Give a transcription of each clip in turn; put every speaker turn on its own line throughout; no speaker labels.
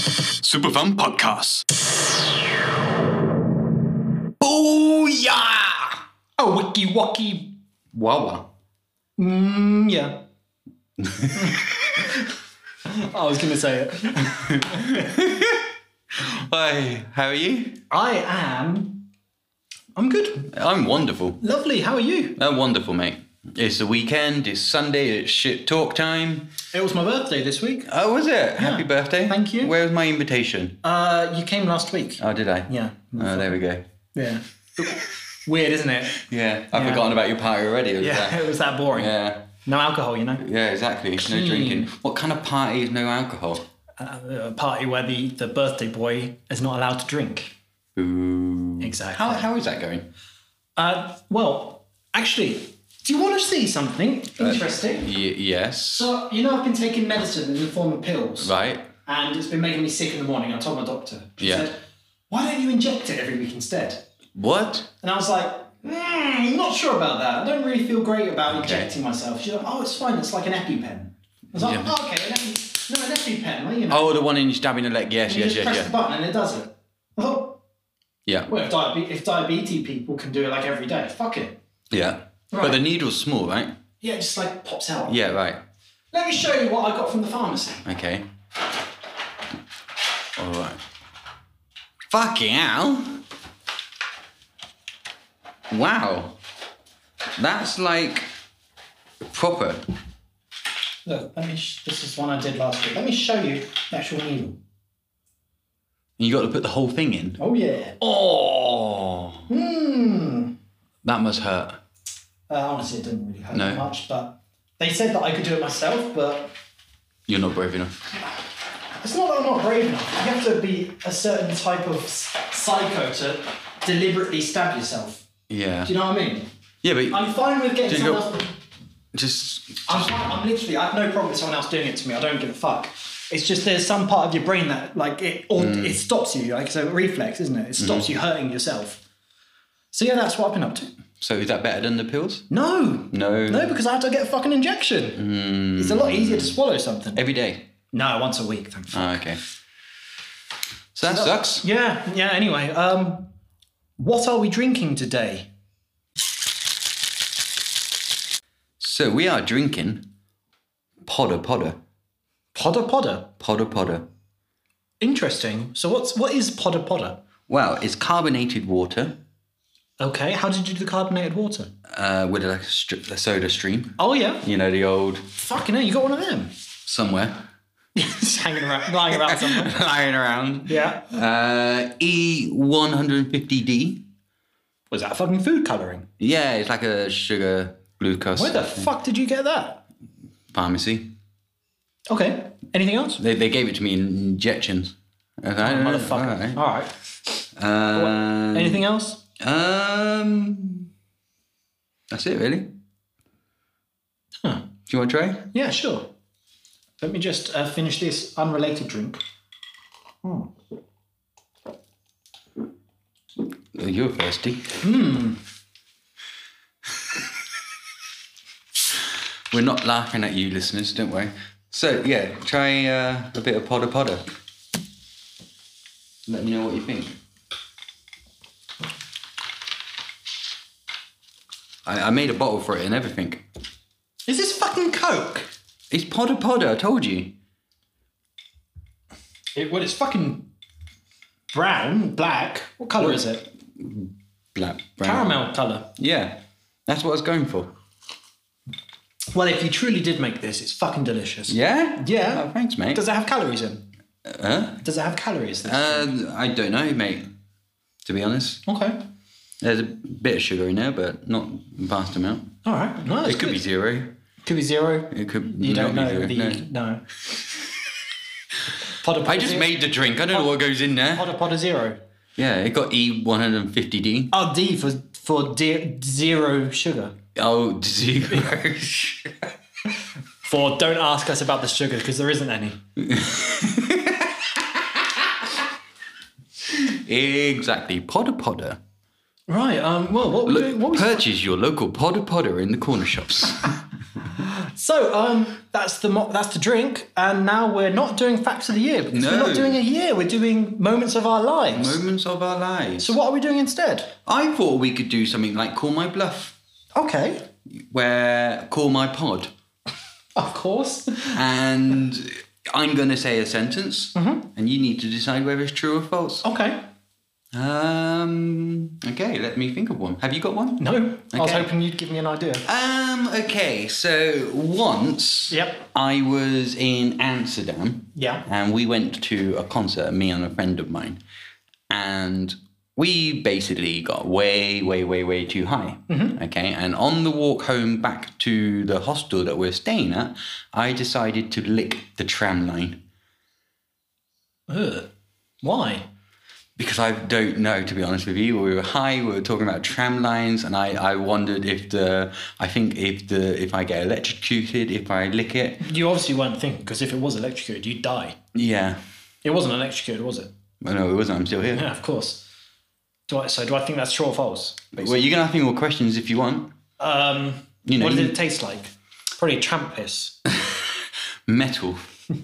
of Them podcast.
Booyah! A wiki waki wawa. Mm, yeah. I was going to say it.
Hi, how are you?
I am. I'm good.
I'm wonderful.
Lovely. How are you?
I'm wonderful, mate. It's the weekend, it's Sunday, it's shit talk time.
It was my birthday this week.
Oh, was it? Happy birthday.
Thank you.
Where was my invitation?
Uh, you came last week.
Oh, did I?
Yeah.
Oh, there we go.
Yeah. Weird, isn't it?
Yeah, I've
Yeah.
forgotten about your party already. it was
Yeah.
that.
It was that boring.
Yeah.
No alcohol, you know.
Yeah, exactly. No drinking. What kind of party is no alcohol?
Uh, a party where the, the birthday boy is not allowed to drink.
Ooh.
Exactly.
How, how is that going?
Uh, well, actually, do you want to see something interesting?
Y- yes.
So, you know, I've been taking medicine in the form of pills.
Right.
And it's been making me sick in the morning. I told my doctor. She
Yeah.
said, why don't you inject it every week instead?
What?
And I was like, mm, not sure about that. I don't really feel great about injecting myself. She's like, oh, it's fine. It's like an EpiPen. I was like,
Yeah.
"Oh, okay, let me, no, an EpiPen. Well, you know,
Oh, the one in stabbing the leg. Oh, Yes,
you
yes,
just press
yes,
the button and it does it. I thought,
yeah. Yeah.
well, if, diabe- if diabetes people can do it like every day, fuck it.
Yeah. But
Right.
the needle's small, right?
Yeah, it just like pops out.
Yeah, right.
Let me show you what I got from the pharmacy.
Okay. All right. Fucking hell. Wow. That's like proper.
Look, let me. Sh- this is one I did last week. Let me show you the actual needle.
You got to put the whole thing in.
Oh yeah.
Oh.
Hmm.
That must hurt.
Uh, honestly, it didn't really hurt
No.
much, but they said that I could do it myself, but
You're not brave enough.
it's not that I'm not brave enough. You have to be a certain type of s- psycho to deliberately stab yourself.
Yeah.
Do you know what I mean?
Yeah, but
I'm fine with getting
Just
someone
go-
else.
just
I'm, fine, I'm literally. I have no problem with someone else doing it to me. I don't give a fuck. It's just there's some part of your brain that like it or
Mm.
it stops you. Like it's a reflex, isn't it? It stops
Mm-hmm.
you hurting yourself. So yeah, that's what I've been up to.
so is that better than the pills?
No.
No.
No, because I had to get a fucking injection.
Hmm.
It's a lot easier to swallow something.
Every day.
No, once a week, thank you.
Oh, okay. So that sucks.
Yeah, yeah, anyway. Um what are we drinking today?
So we are drinking podder podder.
Podder podder.
Podder podder.
Interesting. So what's what is podder podder?
Well, it's carbonated water
Okay, how did you do the carbonated water?
uh, with a, str- a soda stream.
Oh yeah.
You know, the old
Fucking hell, you got one of them.
somewhere
Just hanging around lying around somewhere.
lying around.
Yeah.
Uh, E150D.
Was that fucking food colouring?
Yeah, it's like a sugar glucose
Where the fuck did you get that?
pharmacy.
Okay. Anything else?
They, they gave it to me in injections. I was like, "Oh, all
Motherfucker.
right."
Alright.
Um,
Anything else?
Um, that's it, really.
Huh.
Do you want to try?
Yeah, sure. Let me just uh, finish this unrelated drink.
Oh, you're thirsty. Hmm. We're not laughing at you, listeners, don't worry. So, yeah, try uh, a bit of Podder Podder. Let me know what you think. I, I made a bottle for it and everything.
Is this fucking Coke?
It's Podder Podder, I told you.
It, well, it's fucking brown, black. What colour is it?
Black, brown.
Caramel colour.
Yeah, that's what I was going for.
Well, if you truly did make this, it's fucking delicious.
Yeah?
Yeah.
Oh, thanks, mate.
Does it have calories in?
Uh, Huh?
Does it have calories? This?
Uh, I don't know, mate, to be honest.
okay.
There's a bit of sugar in there, but not a vast amount.
All right. No,
It could be zero.
could be zero.
It could
You
not
don't know
be
the
zero.
no.
No.
Podder, podder
I just
zero.
made the drink. I don't know what goes in there.
podder podder zero.
Yeah, it got E E150D.
Oh, D for for de- zero sugar.
Oh, zero.
For don't ask us about the sugar because there isn't any.
exactly. Podder Podder.
Right. Um. Well, what were we doing? What was
Purchase your local Podder Podder in the corner shops.
So um, that's the mo- that's the drink, and now we're not doing facts of the year because we're
No.
not doing a year. We're doing moments of our lives.
Moments of our lives.
So what are we doing instead?
I thought we could do something like Call My Bluff,
Okay,
where Call My Pod.
of course.
And I'm going to say a sentence,
Mm-hmm.
and you need to decide whether it's true or false.
Okay.
Um, okay, let me think of one. Have you got one?
No, I was
Okay.
hoping you'd give me an idea.
Um, okay, so once
Yep.
I was in Amsterdam.
Yeah.
And we went to a concert, me and a friend of mine. And we basically got way, way, way, way too high. Okay. And on the walk home back to the hostel that we're staying at, I decided to lick the tram line
Ugh. Why?
because I don't know, to be honest with you. We were high. We were talking about tram lines, and I, I wondered if the I think if the if I get electrocuted, if I lick it,
You obviously weren't thinking because if it was electrocuted, you'd die.
yeah.
It wasn't electrocuted, was it?
Well, no, it wasn't. I'm still here.
Yeah, of course. Do I, so do I think that's true or false?
Well, you're gonna have me more questions if you want.
Um,
You know,
what did
you-
it taste like? Probably tramp piss.
Metal.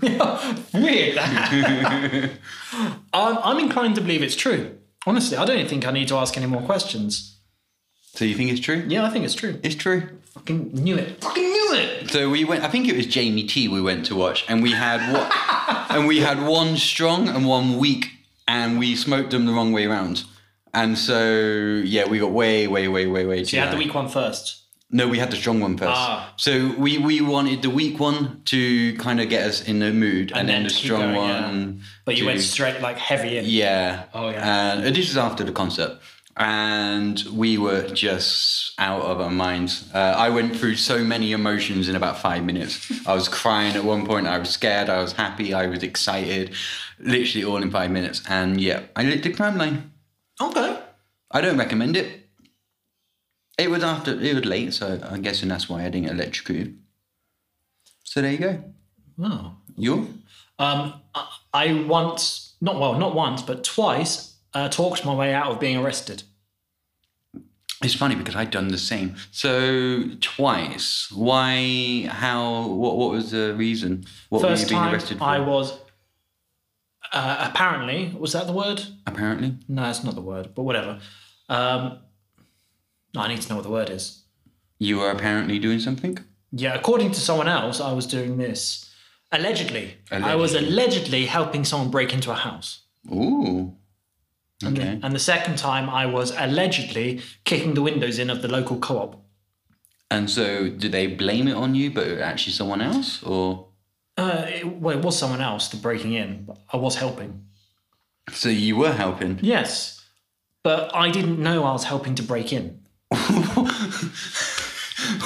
Weird. um, I'm inclined to believe it's true. Honestly, I don't think I need to ask any more questions.
So you think it's true?
Yeah, I think it's true.
It's true.
Fucking knew it. Fucking knew it.
So we went. I think it was Jamie T. We went to watch, and we had what? and we had one strong and one weak, and we smoked them the wrong way around. And so yeah, we got way, way, way, way, way.
So you had the weak one first.
No, we had the strong one first.
Ah.
So we, we wanted the weak one to kind of get us in the mood, and, then,
then
the
keep
strong
going, yeah.
one.
But you
to-
went straight like heavy in.
Yeah.
Oh, yeah.
And uh, this is after the concert, and we were just out of our minds. Uh, I went through so many emotions in about five minutes. I was crying at one point. I was scared. I was happy. I was excited. Literally all in five minutes. And yeah, I lit the crime line.
Okay.
I don't recommend it. It was after it was late, so I'm guessing that's why I didn't get electrocuted. So there you go.
Wow.
You?
Um, I, I once, not well, not once, but twice, uh, talked my way out of being arrested.
It's funny because I'd done the same. So twice. Why? How? What? What was the reason? What
First
were you being
time
arrested for?
I was uh, apparently was that the word?
Apparently,
No, it's not the word, but whatever. Um, no, I need to know what the word is.
you were apparently doing something.
Yeah, according to someone else, I was doing this. Allegedly, I was allegedly helping someone break into a house.
Ooh. Okay.
And the second time, I was allegedly kicking the windows in of the local co-op.
And so, did they blame it on you, but it was actually someone else, or
Uh, it, well, it was someone else the breaking in, but I was helping.
so you were helping?
Yes, but I didn't know I was helping to break in.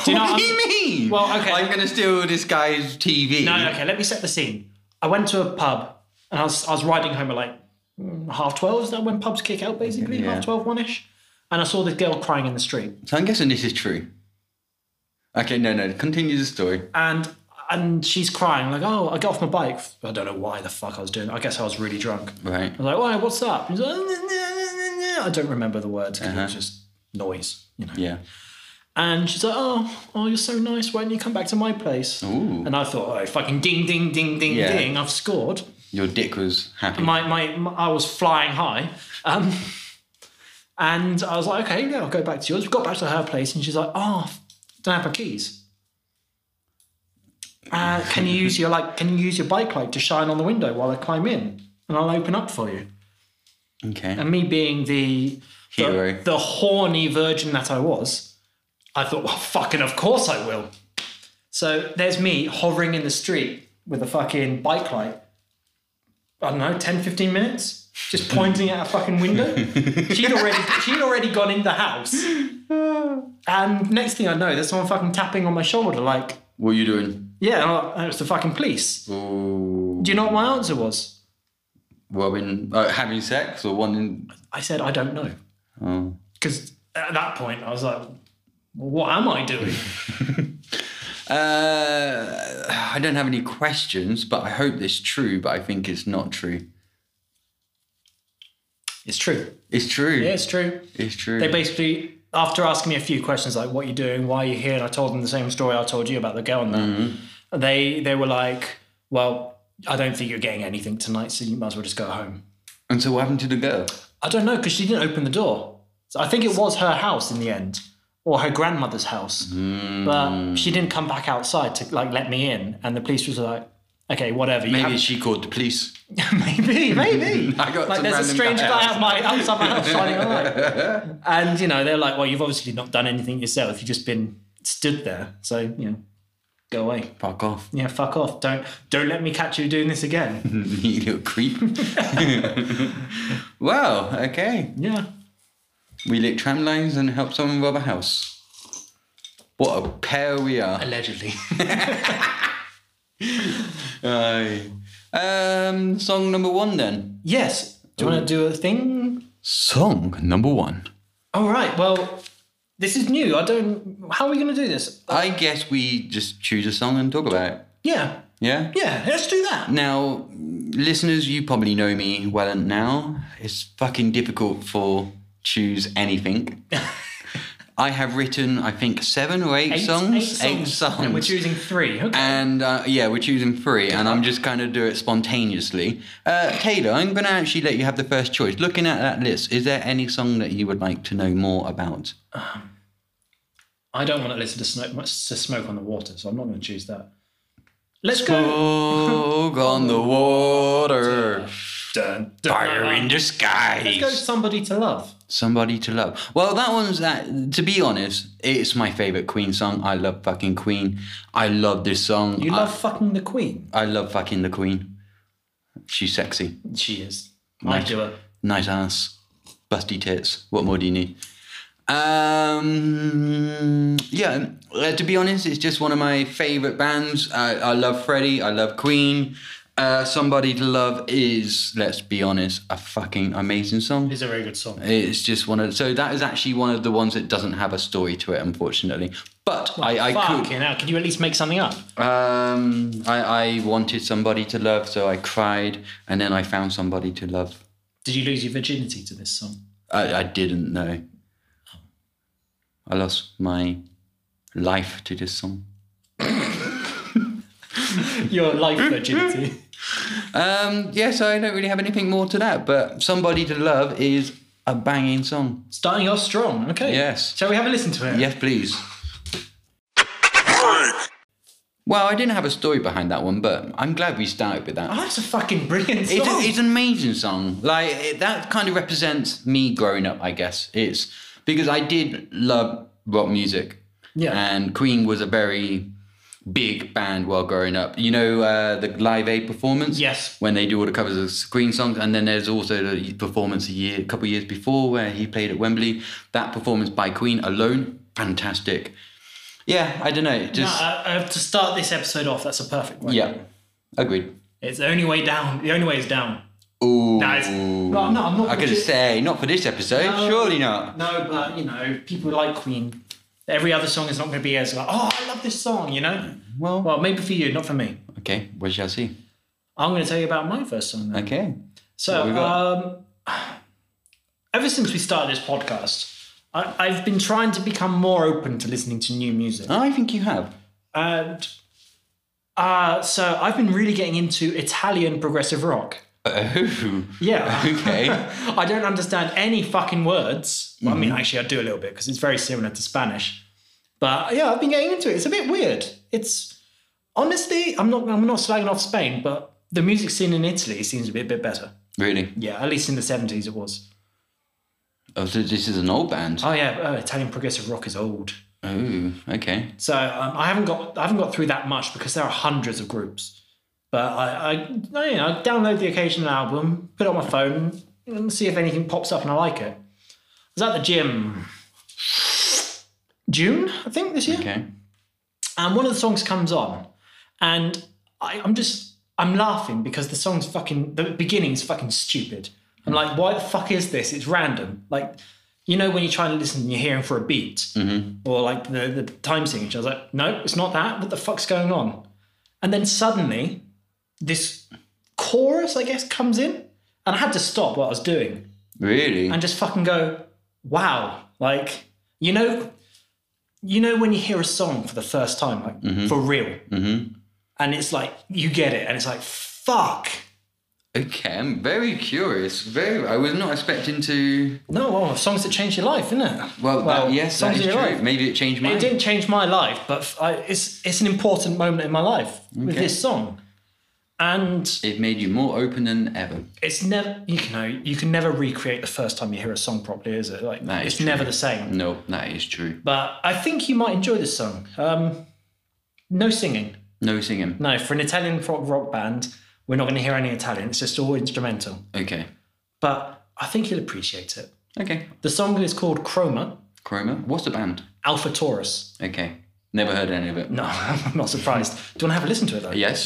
Do you know
what
what
do you
I'm-
mean?
Well, okay.
I'm gonna steal this guy's TV.
No, no, okay, let me set the scene. I went to a pub and I was, I was riding home at like mm, half 12. Is that when pubs kick out, basically?
Yeah.
Half 12, one ish. And I saw this girl crying in the street.
So I'm guessing this is true. Okay. No, no. Continue the story.
And and she's crying, like, oh, I got off my bike. I don't know why the fuck I was doing that. I guess I was really drunk.
Right.
I was like, why, what's up? She's like, "Oh, no, no, no, no." I don't remember the words 'cause it
Uh-huh.
was just noise, you know.
Yeah.
And she's like, oh, oh, you're so nice. Why don't you come back to my place?
Ooh.
And I thought, oh, fucking ding, ding, ding, ding,
Yeah.
ding. I've scored.
Your dick was happy.
my, my, my I was flying high. Um, and I was like, okay, yeah, I'll go back to yours. We got back to her place and she's like, oh, don't have my keys. Uh, can you use your like can you use your bike light to shine on the window while I climb in? And I'll open up for you.
okay.
And me being the the-
Hero.
the, horny virgin that I was, I thought, well, fucking, of course I will. So there's me hovering in the street with a fucking bike light. I don't know, 10, 15 minutes, just pointing at a fucking window. she'd already she'd already gone in the house. And next thing I know, there's someone fucking tapping on my shoulder, like,
what are you doing?
yeah, and I- and it was the fucking police.
Ooh.
Do you know what my answer was?
Robin uh, having sex or wanting?
I said, I don't know.
Oh.
Because at that point, I was like, well, what am I doing?
Uh, I don't have any questions, but I hope it's true. But I think it's not true.
It's true.
It's true.
Yeah, it's true.
It's true.
They basically after asking me a few questions like what are you doing, why are you here, and I told them the same story I told you about the girl and that, they they were like, well, I don't think you're getting anything tonight, so you might as well just go home.
And so what happened to the girl?
I don't know because she didn't open the door. So I think it was her house in the end, or her grandmother's house. But she didn't come back outside to like let me in, and the police was like, "Okay, whatever." You
Maybe
have-
she called the police.
maybe, maybe.
I got
like
some
there's a
random
strange
guy
guy out my outside my house shining a light. And you know they're like, "Well, you've obviously not done anything yourself. You've just been stood there. So you know, go away.
Fuck off,
Yeah, fuck off. Don't don't let me catch you doing this again."
you little creep. wow, okay.
yeah.
We lit tram lines and helped someone rob a house. What a pair we are.
Allegedly.
Aye. Um, song number one then.
yes. Do you want to do a thing?
Song number one.
All right. Well, this is new. I don't. How are we going to do this?
I guess we just choose a song and talk about it.
Yeah.
Yeah?
Yeah. Let's do that.
Now, listeners, you probably know me well and now. It's fucking difficult for choose anything. I have written, I think, seven or eight, songs.
And we're choosing three. Okay.
And uh, yeah, we're choosing three, and I'm just going to do it spontaneously. Uh, Taylor, I'm going to actually let you have the first choice. Looking at that list, is there any song that you would like to know more about?
I don't want to listen to smoke much to smoke on the water, so I'm not going to choose that. Let's go.
Smoke on the water,
Dun, dun,
fire in the
Let's go.
skies,
Somebody to love.
somebody to love. Well, that one's that. To be honest, it's my favorite Queen song. I love fucking Queen. I love this song.
You love fucking the Queen.
I, I love fucking the Queen. She's sexy.
She is.
Nice.
I do it.
Nice ass. Busty tits. What more do you need? Um, yeah, uh, to be honest, it's just one of my favourite bands. I, I love Freddie, I love Queen. Uh, Somebody to Love is, let's be honest, a fucking amazing song.
It's a very good song.
It's just one of so that is actually one of the ones that doesn't have a story to it, unfortunately. But I, I
Fucking
could,
hell! Can you at least make something up?
um, I, I wanted somebody to love, so I cried, and then I found somebody to love.
Did you lose your virginity to this song?
I, I didn't know. I lost my life to this song.
Your life
Hmm?
virginity.
Um, yeah, so I don't really have anything more to that, but Somebody to Love is a banging song.
Starting off strong. Okay.
Yes.
Shall we have a listen to it?
Yes, please. Well, I didn't have a story behind that one, but I'm glad we started with that.
Oh, that's a fucking brilliant song.
It's, a, it's an amazing song. Like it, that kind of represents me growing up, I guess. It's because I did love rock music.
Yeah.
And Queen was a very big band while growing up. You know uh, the Live Aid performance.
Yes.
When they do all the covers of Queen songs, and then there's also the performance a year, a couple of years before where he played at Wembley. That performance by Queen alone, fantastic. Yeah, I don't know.
No,
Just
I, I, Uh, to start this episode off, that's a perfect way.
Uh, yeah, agreed.
It's the only way down. The only way is down.
Ooh.
No, it's- no, no, I'm not
I could
legit-
say not for this episode.
No.
Surely not.
No, but you know, people like Queen. Every other song is not going to be as like, oh, I love this song, you know.
Well,
Well, maybe for you, not for me.
okay. We shall see.
I'm going to tell you about my first song. Then.
Okay.
So,
What we
um, ever since we started this podcast, I, I've been trying to become more open to listening to new music.
I think you have.
And uh, so I've been really getting into Italian progressive rock.
Oh.
Yeah.
Okay.
I don't understand any fucking words. Well, I mean, actually, I do a little bit because it's very similar to Spanish. But yeah, I've been getting into it. It's a bit weird. It's honestly, I'm not, I'm not slagging off Spain, but the music scene in Italy seems to be a bit better.
really?
Yeah, at least in the 70s it was.
Oh, so this is an old band.
Oh yeah, oh, Italian progressive rock is old.
Oh. Okay.
So um, I haven't got, I haven't got through that much because there are hundreds of groups. But I, I, I, you know, I download the occasional album, put it on my phone, and see if anything pops up and I like it. I was at the gym June, I think, this year.
Okay.
And one of the songs comes on, and I, I'm just I'm laughing because the song's fucking the beginning's fucking stupid. I'm like, why the fuck is this? It's random. Like, you know when you try to listen and you're hearing for a beat or like the the time signature. I was like, no, it's not that. What the fuck's going on? And then suddenly, this chorus, I guess, comes in, and I had to stop what I was doing
Really?
and just fucking go, wow, like You know, you know when you hear a song for the first time, like
Mm-hmm.
for real, and it's like you get it, and it's like fuck.
Okay, I'm very curious. Very, I was not expecting to.
No, well, songs that change your life, isn't it?
Well, that, yes, that
songs
is
in
true.
your life.
Maybe it changed my.
It didn't change my life, but f- I, it's it's an important moment in my life with
Okay.
this song, and
It made you more open than ever.
it's never you can know you can never recreate the first time you hear a song properly, is it? Like
That is
it's never
true.
the same.
No, that is true.
But I think you might enjoy this song. Um, no singing.
No singing.
No, for an Italian prog rock band, we're not going to hear any Italian. It's just all instrumental.
Okay.
But I think you'll appreciate it.
Okay.
The song is called Chroma
Chroma. What's the band?
Alpha Taurus.
Okay. Never heard any of it.
No, I'm not surprised. Do you want to have a listen to it though?
Yes.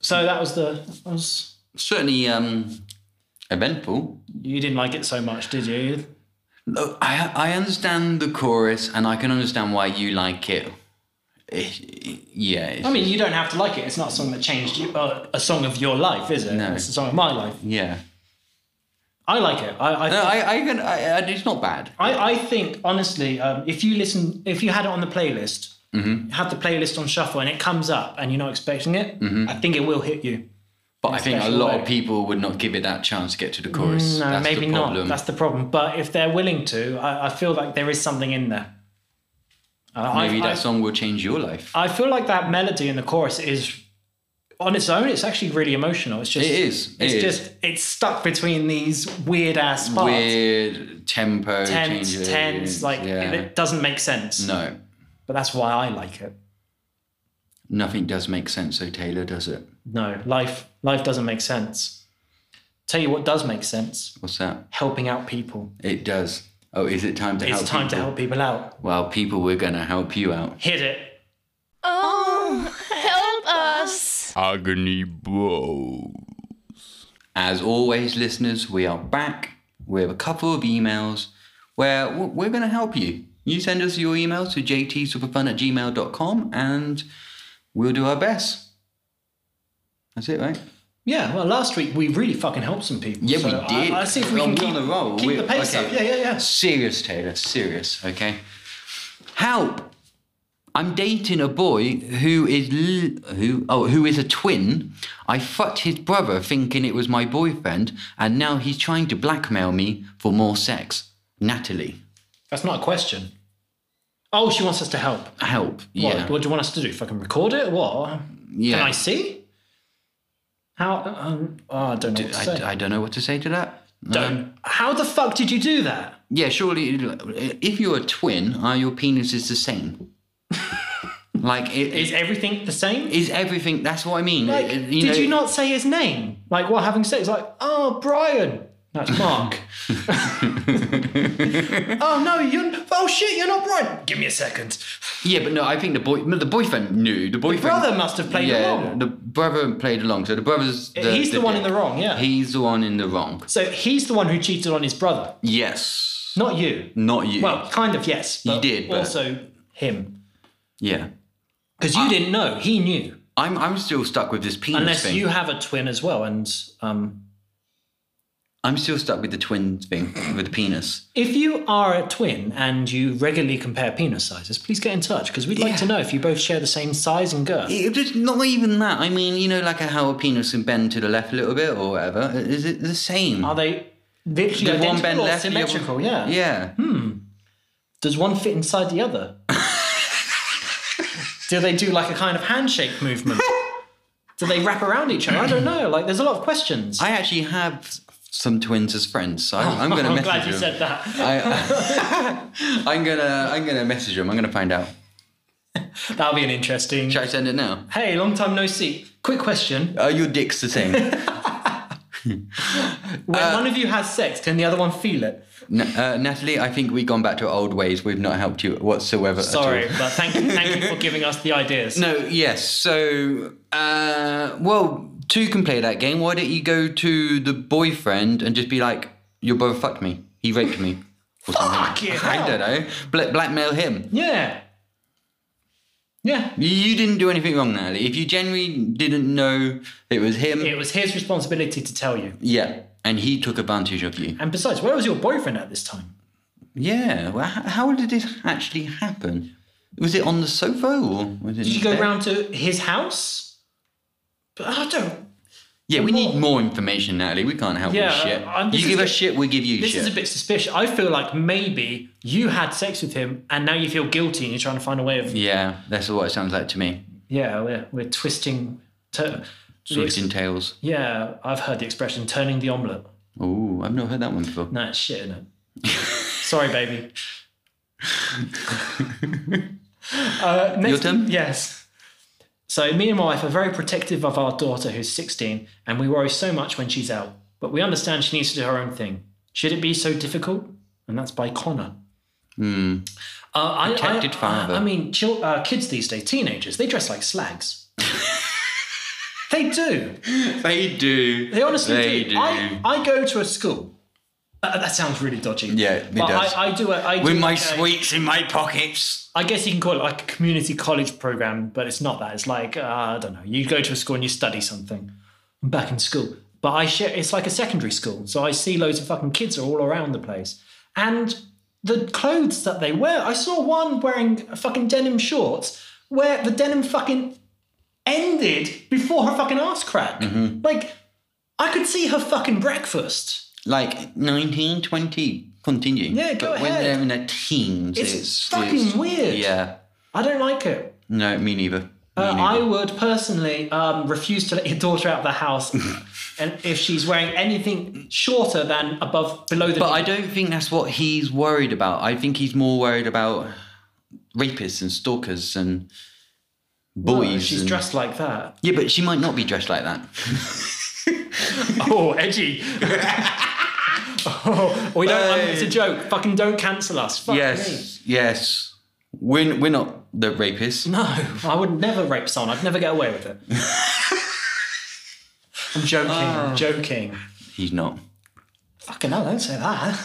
So that was the. That was,
Certainly um, eventful.
you didn't like it so much, did you?
Look, I I understand the chorus and I can understand why you like it. It- yeah. it's-
I mean, you don't have to like it. It's not a song that changed you. Uh, a song of your life, is it?
No.
It's a song of my life.
yeah.
I like it. I, I
No, I I can. I, I, it's not bad.
I, I think honestly, um, if you listen, if you had it on the playlist,
Mm-hmm.
had the playlist on shuffle, and it comes up, and you're not expecting it,
Mm-hmm.
I think it will hit you.
But I think a
special
lot
way.
of people would not give it that chance to get to the chorus.
Mm, No,
That's
maybe
the
not.
problem.
That's the problem. But if they're willing to, I, I feel like there is something in there. Uh,
Maybe
I,
that song will change your life.
I, I feel like that melody in the chorus is, on its own, it's actually really emotional. It's just
It is.
It's
it is.
just it's stuck between these weird ass parts,
weird tempo
tense,
changes.
tense. Like
yeah.
it doesn't make sense.
no,
But that's why I like it.
nothing does make sense. So Taylor does it.
No, life life doesn't make sense. Tell you what does make sense:
What's that?
helping out people.
It does. Oh, is it time to help?
it's time to
people?
help people out.
Well, people, we're gonna help you out.
Hit it.
Oh, help us.
Agony Bros. As always, listeners, we are back with a couple of emails where w- we're going to help you. You send us your emails to jtsuperfun at gmail.com and we'll do our best. That's it, right?
Yeah. Well, last week we really fucking helped some people.
Yeah,
so
we
I-
did.
I, see if we
Well,
can
we're
keep,
on the roll.
keep
We're-
the pace
okay.
up. Yeah, yeah, yeah.
Serious, Taylor, serious, okay? Help! I'm dating a boy who is l- who oh who is a twin. I fucked his brother thinking it was my boyfriend, and now he's trying to blackmail me for more sex. Natalie,
That's not a question. Oh, she wants us to help.
help!
What,
Yeah,
what do you want us to do? Fucking record it? What?
yeah.
Can I see? How? Um, oh, I don't know. what to
I,
say.
I don't know what to say to that.
don't. How the fuck did you do that?
Yeah, surely if you're a twin, are your penises the same? like it,
Is everything the same?
is everything. That's what I mean.
Like,
Uh,
did
know-
you not say his name? Like, while having sex, like, oh, Brian. That's Mark. oh, no, you're. Oh, shit, you're not Brian. Give me a second.
Yeah, but no, I think the boy, the boyfriend knew. The boyfriend,
Brother must have played
yeah,
along.
the brother played along. So the brother's. The,
He's the one in
dick.
the wrong, yeah.
He's the one in the wrong.
so he's the one who cheated on his brother,
Yes,
not you.
not you.
Well, kind of, yes. but
did, but-
Also, him.
yeah,
Because you didn't know, he knew.
I'm. I'm still stuck with this penis
Unless
thing.
you have a twin as well. And um,
I'm still stuck with the twin thing with the penis.
if you are a twin and you regularly compare penis sizes, please get in touch because we'd like
Yeah.
to know if you both share the same size and girth.
It, it's not even that. I mean, you know, like how a penis can bend to the left a little bit or whatever. Is it the same?
Are they literally
Did
identical
one bend
or
left, the other-
symmetrical? Yeah.
yeah.
Hmm. Does one fit inside the other? do they do like a kind of handshake movement? do they wrap around each other? I don't know. Like, there's a lot of questions.
I actually have some twins as friends, so I'm, I'm going to
am
message
glad you
them.
said that.
I, I'm gonna I'm gonna message him. I'm gonna find out.
That'll be an interesting.
Should I send it now?
Hey, long time no see. Quick question:
Are your dicks the same?
When
Uh,
one of you has sex, can the other one feel it?
N- uh, Natalie, I think we've gone back to our old ways. We've not helped you whatsoever. at
Sorry,
all.
but thank you, thank you for giving us the ideas.
No. Yes. So, uh, well, two can play that game. Why don't you go to the boyfriend and just be like, "Your brother fucked me. He raped me." Or something.
Fucking
I don't know. Bla- blackmail him.
Yeah. Yeah.
You- You didn't do anything wrong, Natalie. If you genuinely didn't know it was him,
It was his responsibility to tell you.
yeah, and he took advantage of you.
And besides, where was your boyfriend at this time?
Yeah. Well, h- how did it actually happen? Was it on the sofa or was it
Did you go
bed?
round to his house? But I don't.
Yeah, we need more information, Natalie. We can't help
Yeah,
with shit.
uh, this
you
is
give
a-
us shit, we give you
This
shit.
is a bit suspicious. I feel like maybe you had sex with him and now you feel guilty and you're trying to find a way of.
yeah, that's what it sounds like to me.
Yeah, we're, we're twisting. Tur- the ex-
Twisting tails.
yeah, I've heard the expression turning the omelette.
Ooh, I've not heard that one before.
No, it's shit, isn't it? Sorry, baby. uh, next,
Your turn?
Yes. So, me and my wife are very protective of our daughter who's 16, and we worry so much when she's out. But we understand she needs to do her own thing. Should it be so difficult? And that's by Connor. Uh, I,
Hmm. Protected
I,
father.
I, mean, chil- uh, kids these days, teenagers, they dress like slags. they do.
They do.
They honestly
They
do. I, I go to a school. Uh, that sounds really dodgy.
Yeah, it
but
does.
I, I do. A, I do
With my
like a-
sweets in my pockets.
I guess you can call it like a community college program, but it's not that. It's like uh, I don't know. You go to a school and you study something. I'm back in school, but I share. It's like a secondary school, so I see loads of fucking kids are all around the place, and the clothes that they wear. I saw one wearing a fucking denim shorts where the denim fucking ended before her fucking ass crack. Like I could see her fucking breakfast.
Like 19, 20. Continue.
Yeah, go
but when
ahead.
they're in their teens,
It's
it's,
fucking weird.
Yeah.
I don't like it.
No, me neither. Me
Uh,
neither.
I would personally um, refuse to let your daughter out of the house, and if she's wearing anything shorter than above below the.
But
knee.
I don't think that's what he's worried about. I think he's more worried about rapists and stalkers and boys.
Oh, she's
and-
dressed like that.
Yeah, but she might not be dressed like that.
Oh, edgy. oh, we don't. I mean, it's a joke. Fucking don't cancel us. Fuck me.
yes. We're, we're not the rapists.
No, I would never rape someone. I'd never get away with it. I'm joking.
Ah.
I'm joking.
He's not.
Fucking hell, don't say that.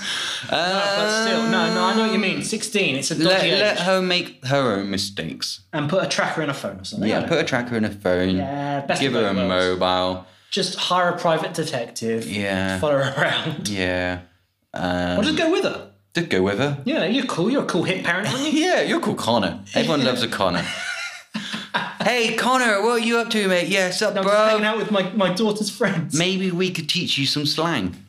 Uh, but still, no, no, I know what you mean. 16, it's a dodgy
Let,
age.
let her make her own mistakes.
And put a tracker in a phone or something. I
Yeah,
don't
put a tracker in her phone.
Yeah, best
give
of
her a
both worlds.
mobile.
Just hire a private detective.
Yeah.
Follow her around.
Yeah. Um,
Or just go with her.
just go with her.
Yeah, you're cool. You're a cool hit parent, aren't you?
Yeah, you're called Connor. Everyone loves a Connor. hey, Connor, what are you up to, mate? Yeah, sup,
I'm just hanging
bro?
out with my, my daughter's friends.
Maybe we could teach you some slang.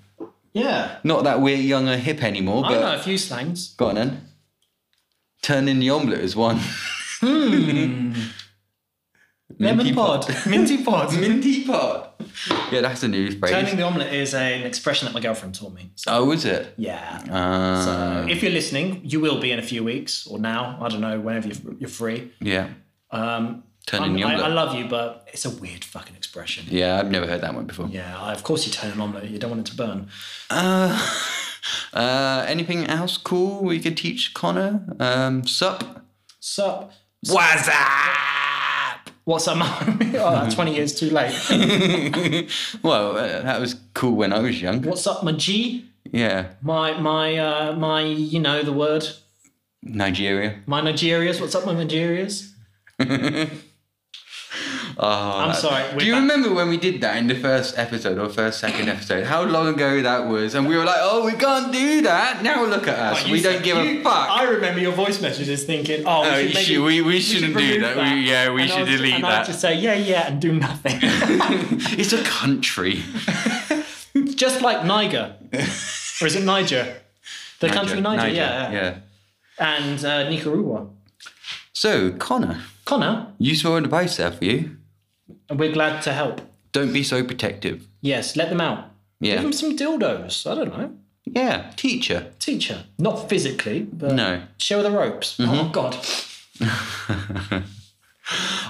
Yeah.
Not that we're young or hip anymore,
I know
but
a few slangs.
go on then. Turning the omelette is one.
Lemon pod. Minty pod.
Minty pot. Yeah, that's a new phrase.
Turning the omelette is an expression that my girlfriend taught me. So,
oh, is it?
yeah.
Uh,
so if you're listening, you will be in a few weeks or now. I don't know, whenever you're, you're free.
yeah.
Um,
Turning
I'm-
the
I,
omelette.
I love you, but it's a weird fucking expression.
yeah, I've never heard that one before.
Yeah, I- of course you turn an omelette. You don't want it to burn.
Uh, anything else cool we could teach Connor? Um, sup?
Sup?
What's up?
What's up, mum? oh, that's 20 years too late.
Well, uh, that was cool when I was young.
What's up, my G?
Yeah,
My, my, uh, my, you know the word.
Nigeria.
My Nigerias. What's up, my Nigerias? I'm sorry. we're
Oh, Do you
back.
remember when we did that in the first episode or first second episode? How long ago that was? And we were like, "Oh, we can't do that." Now look at us.
You
we don't
said-
give
you-
a fuck.
I remember your voice messages thinking, oh, we
Oh,
should,
you
maybe-
should- we- we
should
shouldn't do
remove
that. We- yeah, we
And I
should
was-
delete
and
that.
I just say, yeah, yeah, and do nothing.
it's a country.
just like Niger. or is it Niger? The country Niger, yeah, yeah.
yeah.
And uh, Nicaragua.
So, Connor,
Connor,
you saw advice there for you.
we're glad to help.
Don't be so protective.
Yes, let them out. Give
Yeah.
them some dildos. I don't know.
Yeah. Teacher.
Teacher. Not physically, but
No. Mm-hmm.
show her the ropes. Oh, God.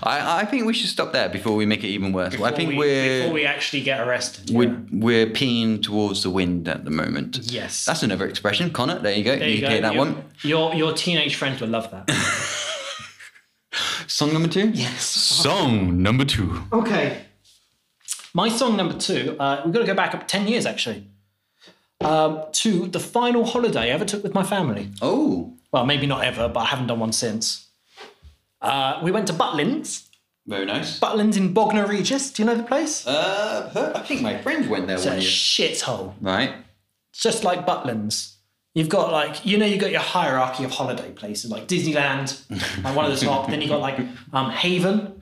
I, I think we should stop there before we make it even worse. I
Before
think
we-
we're
Before we actually get arrested.
we're,
yeah.
we're peeing towards the wind at the moment.
Yes.
That's another expression, Connor. There you go.
There
you hear that
Your-
one.
Your, your teenage friends will love that.
Song number two?
yes.
Song number two.
Okay. My song number two, uh, we've got to go back up 10 years actually. Um, to the final holiday I ever took with my family.
Oh.
Well, maybe not ever, but I haven't done one since. Uh, we went to Butlins.
Very nice.
Butland's in Bognor Regis. Do you know the place?
Uh, her- I think my friend went there
It's a
one year.
shithole.
Right.
It's just like Butlins. You've got like you know you've got your hierarchy of holiday places like Disneyland, like one of the top. then you got like um, Haven.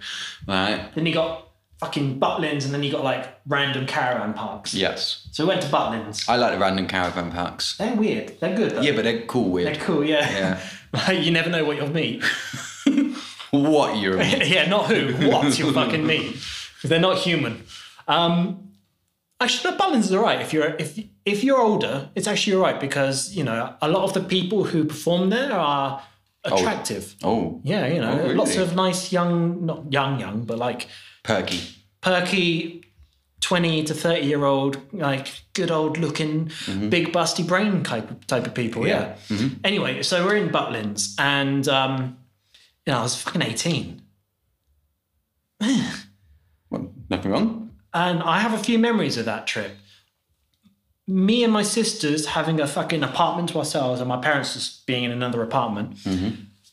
Right.
Then you got fucking Butlins, and then you got like random caravan parks.
Yes.
So we went to Butlins.
I like the random caravan parks.
They're weird. They're good. Though.
Yeah, but they're cool
They're
weird.
cool. Yeah.
Yeah.
like you never know what you'll meet.
What you're
yeah, not who. What you'll fucking meet. 'Cause They're not human. Um, actually, the balance is all right. If you're if if you're older, it's actually all right because you know a lot of the people who perform there are attractive.
Oh.
Yeah, you know,
Oh, really?
lots of nice young, not young, young, but like
Perky.
perky 20 to 30 year old like good old looking
Mm-hmm.
big busty brain type, type of people yeah, anyway so we're in butlins and um you know, i was fucking 18
Well, nothing wrong.
and i have a few memories of that trip me and my sisters having a fucking apartment to ourselves and my parents just being in another apartment
Mm-hmm.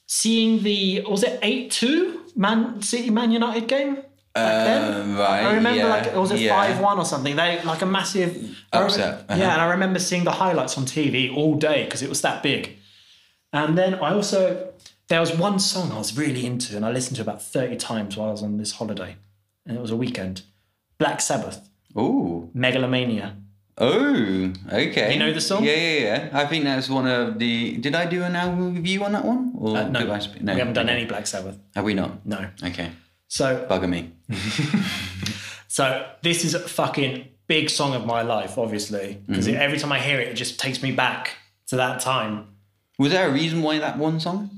seeing the was it 8-2 man city man united game back then
Uh, right.
I remember
yeah,
like it was it
yeah.
five one or something. They like a massive
Upset, uh-huh.
I remember- Yeah, and I remember seeing the highlights on TV all day because it was that big. And then I also there was one song I was really into and I listened to about thirty times while I was on this holiday, and it was a weekend. Black Sabbath,
Ooh.
Megalomania.
Oh. Okay.
You know the song?
Yeah, yeah, yeah. I think that's one of the. Did I do an album review on that one? Or
Uh, no,
did I sp- no,
we haven't done any Black Sabbath.
Have we not?
No.
Okay.
So
Bugger me.
So this is a fucking big song of my life, obviously, because
Mm-hmm.
every time I hear it, it just takes me back to that time.
Was there a reason why that one song?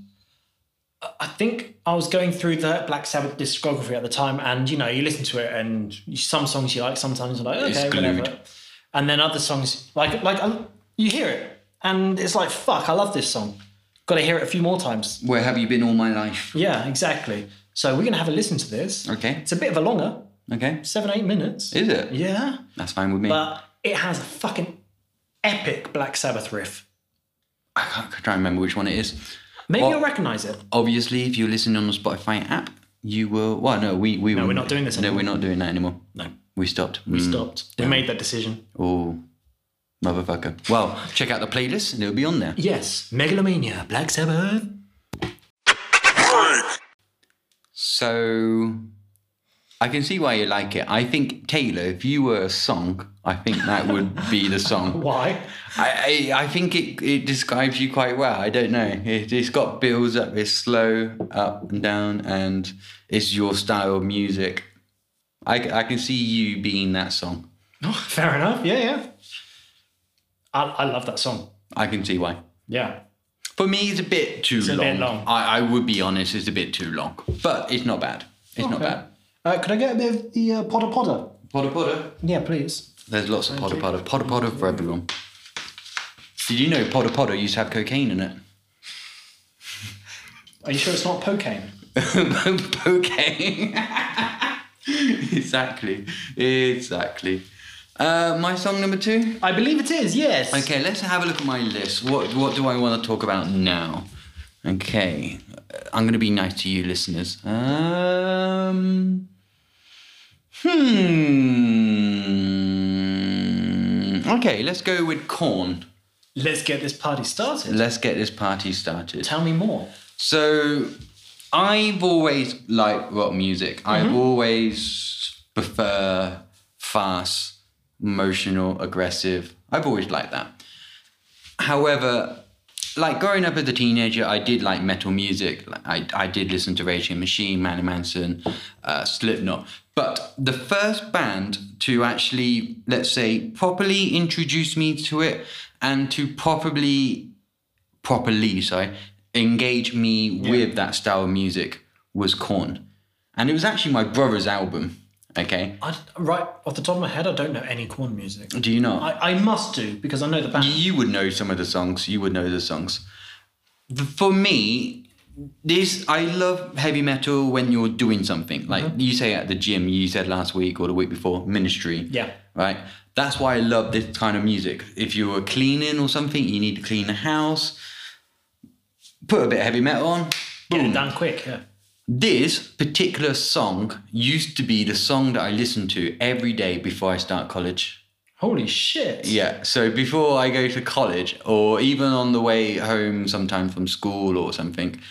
I think I was going through the Black Sabbath discography at the time, and you know, you listen to it, and some songs you like, sometimes you're like,
It's
okay,
glued.
whatever. And then other songs, like like I- you hear it, and it's like, fuck, I love this song. Got to hear it a few more times.
Where have you been all my life?
Yeah, exactly. So we're gonna have a listen to this.
Okay.
It's a bit of a longer,
Okay.
seven eight minutes.
Is it?
yeah,
That's fine with me.
but it has a fucking epic Black Sabbath riff.
I can't try and remember which one it is.
Maybe
Well-
you'll recognize it.
Obviously, if you're listening on the Spotify app, you will. Well, no, we we no,
we're not doing this
No,
anymore.
we're not doing that anymore.
No,
We stopped.
we stopped. We made that decision.
Oh, motherfucker. Well, check out the playlist and it'll be on there.
Yes, Megalomania, Black Sabbath.
So I can see why you like it. I think Taylor, if you were a song, I think that would be the song.
Why?
I, I, I think it, it describes you quite well. I don't know. It, it's got builds up. It's slow up and down, and it's your style of music. I, c- I can see you being that song.
Fair enough. Yeah, yeah. I, I love that song.
I can see why.
Yeah.
For me, it's a bit too
a
long.
bit long.
I, I would be honest, it's a bit too long, but it's not bad. It's not
Okay.
bad.
Uh, could I get a bit of the uh, Podder Podder?
Potter Potter.
Yeah, please.
There's lots of Potter Potter. Potter Potter for everyone. Did you know Potter Potter used to have cocaine in it?
Are you sure it's not Pokane?
cocaine. exactly. Exactly. Uh, my song number two.
I believe it is, yes.
Okay, let's have a look at my list. What what do I want to talk about now? Okay, uh, I'm gonna be nice to you, listeners. Um, hmm. Okay, let's go with corn.
Let's get this party started.
Let's get this party started.
Tell me more.
So, I've always liked rock music. I've always prefer fast, emotional, aggressive. I've always liked that. However, like growing up as a teenager, I did like metal music. Like, I, I did listen to Rage Against the Machine, Manny Manson, uh, Slipknot. But the first band to actually, let's say, properly introduce me to it and to properly, properly, sorry, engage me with that style of music was Korn. And it was actually my brother's album. Okay.
I, right off the top of my head, I don't know any corn music.
Do you not?
I, I must do because I know the band.
you would know some of the songs. You would know the songs. The- For me, this I love heavy metal when you're doing something like
Mm-hmm.
you say at the gym. You said last week or the week before ministry.
Yeah.
Right. That's why I love this kind of music. If you were cleaning or something, you need to clean the house. Put a bit of heavy metal on. Mm.
Get it done quick, yeah.
This particular song used to be the song that I listened to every day before I start college.
Holy shit.
Yeah, so before I go to college, or even on the way home, sometime from school or something,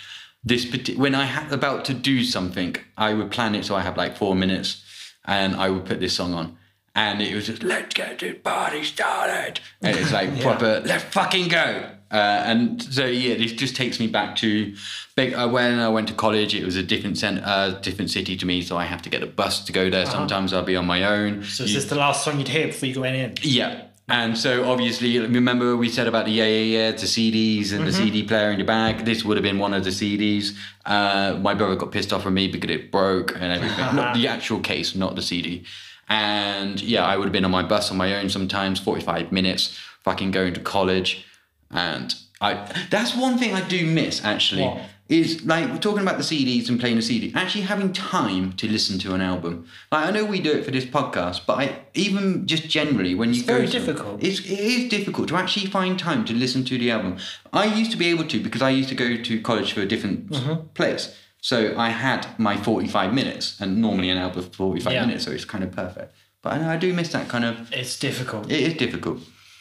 this parti- when I ha- about to do something, I would plan it so I have like four minutes, and I would put this song on, and it was just let's get this party started, and it's like proper let's fucking go. Uh, and so yeah, this just takes me back to big, uh, when I went to college. It was a different cent- uh, different city to me, so I have to get a bus to go there. Sometimes I'll be on my own.
Uh-huh. So is
You-
this the last song you'd hear before you went in?
yeah. And so obviously, remember we said about the yeah, yeah, yeah, to CDs and the CD player in your bag. This would have been one of the CDs. Uh, my brother got pissed off at me because it broke and everything. not the actual case, not the CD. And yeah, I would have been on my bus on my own sometimes, 45 minutes, fucking going to college. And I that's one thing I do miss actually.
What?
Is like we're talking about the CDs and playing a CD. Actually, having time to listen to an album. Like I know we do it for this podcast, but I even just generally when you go
very
to-
difficult.
It's it is difficult to actually find time to listen to the album. I used to be able to because I used to go to college for a different
Mm-hmm.
place, so I had my forty-five minutes, and normally an album for forty-five
Yeah.
minutes, so it's kind of perfect. But I, I do miss that kind of.
It's difficult.
It is difficult.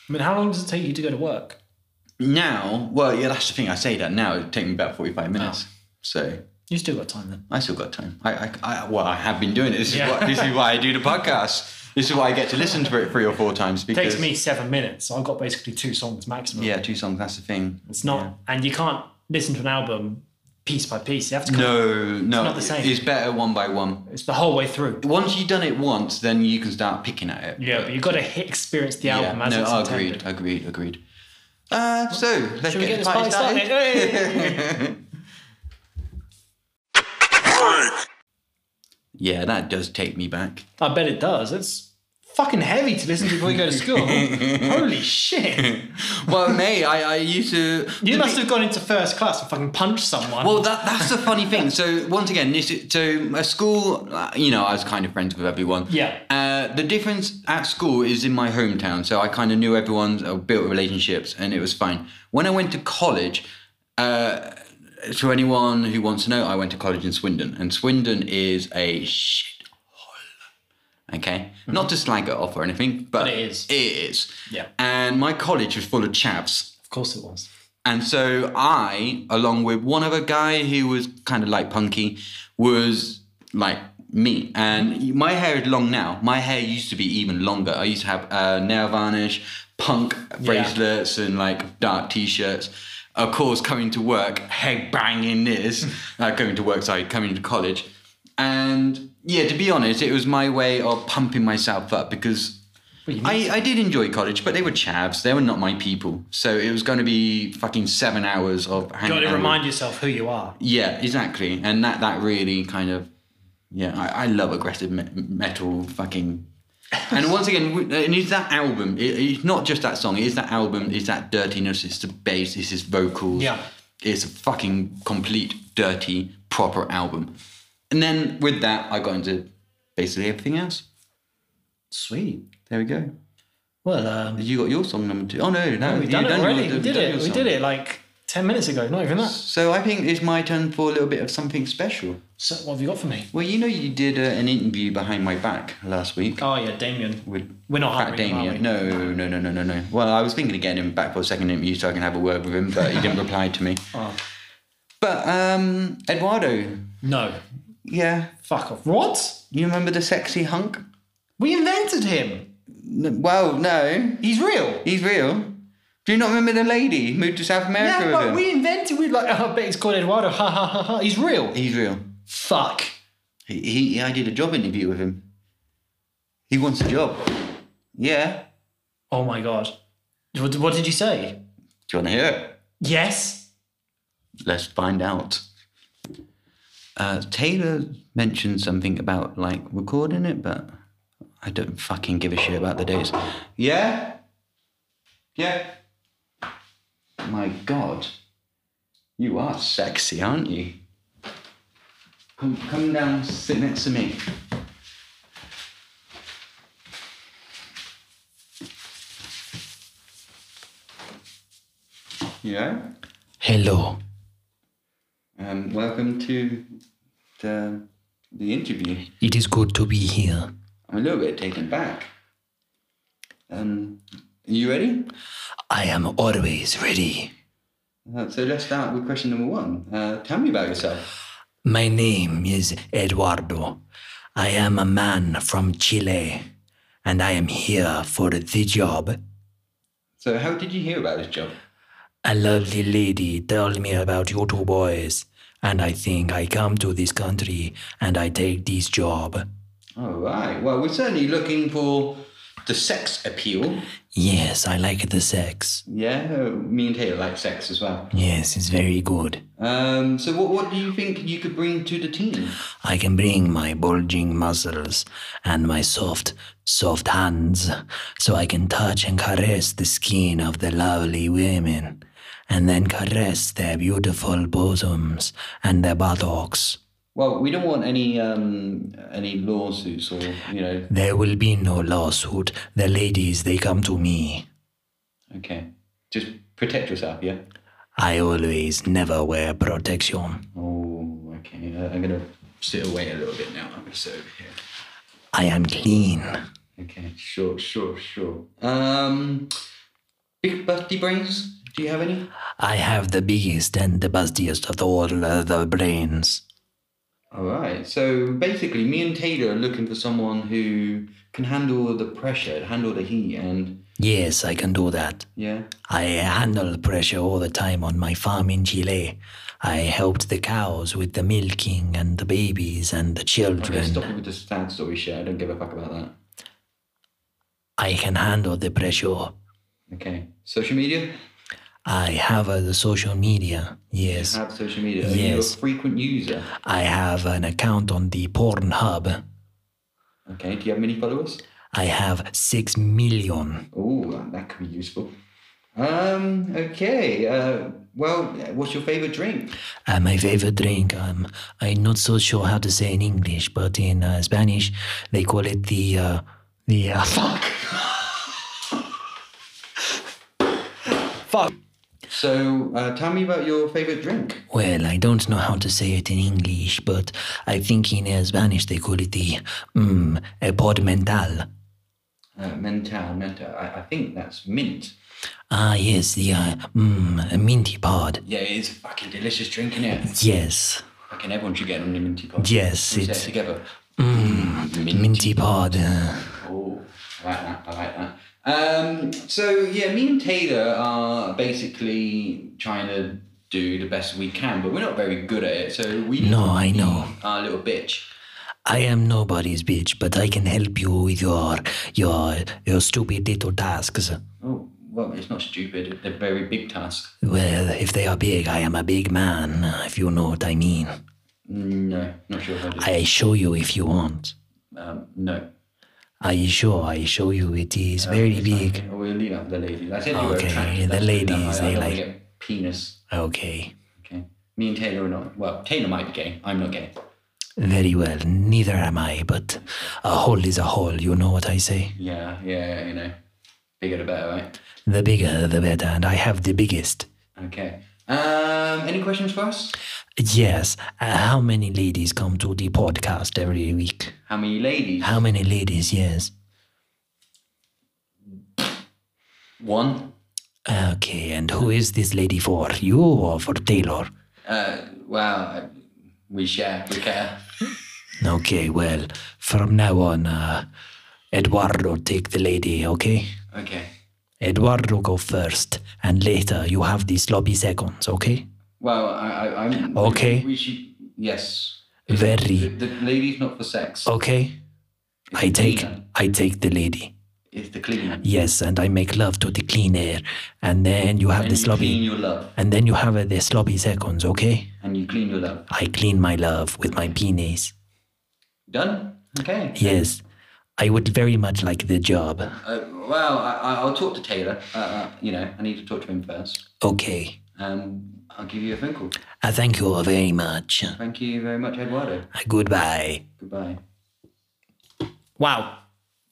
I mean, how long does it take you to go to work?
Now, well, yeah, that's the thing. I say that now. It take me about forty-five
Oh.
minutes, so
You still got time then.
I still got time. I, I, I well, I have been doing it. This
Yeah.
is what, this is why I do the podcast. This is why I get to listen to it three or four times
It
because
takes me seven minutes, so I've got basically two songs maximum.
Yeah, two songs. That's the thing.
It's not, and you can't listen to an album piece by piece. You have to come,
No, no,
not the same.
It's better one by one.
it's the whole way through.
Once you've done it once, then you can start picking at it.
Yeah, but you've got to hit, experience the album as
no,
it's
agreed,
intended.
agreed, agreed. Uh, so let's
Should
get,
we get
the
this
party
party
started.
started? Hey!
Yeah, that does take me back.
I bet it does. It's fucking heavy to listen to before you go to school. Holy shit!
Well, mate, I, I used to.
You
the
must
thing-
have gone into first class and fucking punched someone.
Well, that, that's the funny thing. So once again, this is- so at school, uh, you know, I was kind of friends with everyone.
Yeah.
Uh, the difference at school is in my hometown, so I kind of knew everyone, uh, built relationships, and it was fine. When I went to college, uh, to anyone who wants to know, I went to college in Swindon, and Swindon is a shit hole. Okay, not to slag it off or anything, but,
Mm-hmm. it is.
It is.
Yeah.
And my college was full of chaps.
of course it was.
And so I, along with one other guy who was kind of like punky, was like me. And my hair is long now. My hair used to be even longer. I used to have uh, nail varnish, punk bracelets, and like dark t-shirts. Of course, coming to work, head banging this, uh, going to work, sorry, coming to college. And yeah, to be honest, it was my way of pumping myself up because I, I did enjoy college, but they were chavs. They were not my people. So it was going to be fucking seven hours of hanging
Got to
out.
remind yourself who you are.
Yeah, exactly. And that, that really kind of, yeah, I, I love aggressive me- metal fucking. And once again, w- and it's that album. It, it's not just that song. It's that album. It's that dirtiness. It's the bass. It's his vocals.
Yeah.
It's a fucking complete, dirty, proper album. And then with that, I got into basically everything else.
Sweet.
There we go.
Well, um,
You got your song number two. Oh no, no,
we've
you
done it
done
already.
your-
we did
done
it.
your
We
song.
did it like ten minutes ago. Not even that.
So I think it's my turn for a little bit of something special.
So, what have you got for me?
Well, you know, you did uh, an interview behind my back last week
Oh yeah, Damien.
with
We're not
Fat
hiring him, are
Damien. No, no, no, no, no, no. Well, I was thinking of getting him back for a second interview so I can have a word with him, but he didn't reply to me.
Oh.
But um, Eduardo,
No.
yeah,
Fuck off. What?
you remember the sexy hunk?
We invented him.
N- Well, no,
He's real.
he's real. Do you not remember the lady who moved to South America
Yeah,
with
but
him?
we invented. We like. Oh, I bet he's called Eduardo. Ha ha ha ha. He's real.
He's real.
Fuck.
He, he, I did a job interview with him. He wants a job. Yeah.
Oh my god. What, what did you say?
Do you want to hear it?
Yes.
Let's find out. Uh, Taylor mentioned something about like recording it, but I don't fucking give a shit about the dates. Yeah? Yeah. My God. You are sexy, aren't you? Come, come down, sit next to me. Yeah?
Hello.
Um, welcome to the the interview.
It is good to be here.
I'm a little bit taken back. Um, you ready?
I am always ready.
Uh, so let's start with question number one. Uh, tell me about yourself.
My name is Eduardo. I am a man from Chile, and I am here for the job.
So how did you hear about this job?
A lovely lady told me about you two boys, and I think I come to this country and I take this job.
All right. Well, we're certainly looking for the sex appeal.
Yes, I like the sex.
Yeah, uh, me and Taylor like sex as well.
Yes, it's very good.
Um, so what what do you think you could bring to the team?
I can bring my bulging muscles and my soft, soft hands so I can touch and caress the skin of the lovely women and then caress their beautiful bosoms and their buttocks.
Well, we don't want any um, any lawsuits or you know.
There will be no lawsuit. The ladies, they come to me.
Okay, just protect yourself. Yeah.
I always never wear protection.
Oh, okay. Uh, I'm gonna sit away a little bit now. I'm gonna sit over here.
I am clean.
Okay, sure, sure, sure. Um, big busty brains. Do you have any?
I have the biggest and the bustiest of all uh, the brains.
All right. So basically, me and Taylor are looking for someone who can handle the pressure, handle the heat, and
Yes, I can do that.
yeah.
I handle pressure all the time on my farm in Chile. I helped the cows with the milking and the babies and the
Okay,
children.
stop it with the sad story shit. I don't give a fuck about that.
I can handle the pressure.
Okay. Social media.
I have uh, the social media. Yes.
Have social media. Are you a
Yes.
frequent user?
I have an account on the Pornhub.
Okay. Do you have many followers?
I have 6 million.
Oh, that could be useful. Um. Okay. Uh. Well, what's your favorite drink?
Uh, my favorite drink, um, I'm not so sure how to say in English, but in uh, Spanish, they call it the, uh, the, uh, fuck.
So, uh, tell me about your favorite drink.
Well, I don't know how to say it in English, but I think in uh, Spanish they call it the, mm, eh, pod mental.
Uh, mental, mental. I, I think that's mint.
Ah, yes, the, uh, mm, minty pod.
Yeah, it's a fucking delicious drink, isn't it?
Yes,
Fucking everyone should get on the minty pod.
yes,
Let's say it
it's
together.
minty pod. Uh,
Oh, I like that. I like that. Um, so yeah, me and Taylor are basically trying to do the best we can, but we're not very good at it. So we
No, I know.
our little bitch.
I am nobody's bitch, but I can help you with your your your stupid little tasks.
Oh well, it's not stupid. They're very big tasks.
Well, if they are big, I am a big man, if you know what I mean.
No, not sure if I do.
I show you if you want.
um, no.
Are you sure? I show you it is very big.
Oh, We'll leave that for the ladies. I said you were
Okay,
attracted.
the
That's really dumb.
ladies,
I, I don't
they
wanna
like-
get penis.
Okay.
Okay. Me and Taylor are not. Well, Taylor might be gay. I'm not gay.
Very well, neither am I, but a hole is a hole, you know what I say?
Yeah, yeah, you know, bigger the better, right?
The bigger the better, and I have the biggest.
Okay. Um, any questions for us?
Yes, uh, how many ladies come to the podcast every week?
How many ladies?
How many ladies, yes?
One.
Okay, and who is this lady for? You or for Taylor?
Uh, well, I- we share, we care.
Okay, well, from now on, uh, Eduardo take the lady, okay?
Okay.
Eduardo go first, and later you have the sloppy seconds, okay?
Well, I, I, I'm.
Okay.
We should. Yes. The,
Very
the lady's not for sex.
okay. I take I take the lady.
It's the cleaner.
Yes, and I make love to the clean air, and then you have
And
the
you clean
sloppy,
your love.
and then you have uh, the sloppy seconds, okay?
And you clean your love.
I clean my love with my penis.
Done? Okay.
Yes, I would very much like the job.
Uh, well, I, I- I'll talk to Taylor. Uh, uh, you know, I need to talk to him first.
Okay.
Um, I'll give you a phone call.
I thank you all very much.
Thank you very much, Eduardo.
Goodbye.
Goodbye.
Wow.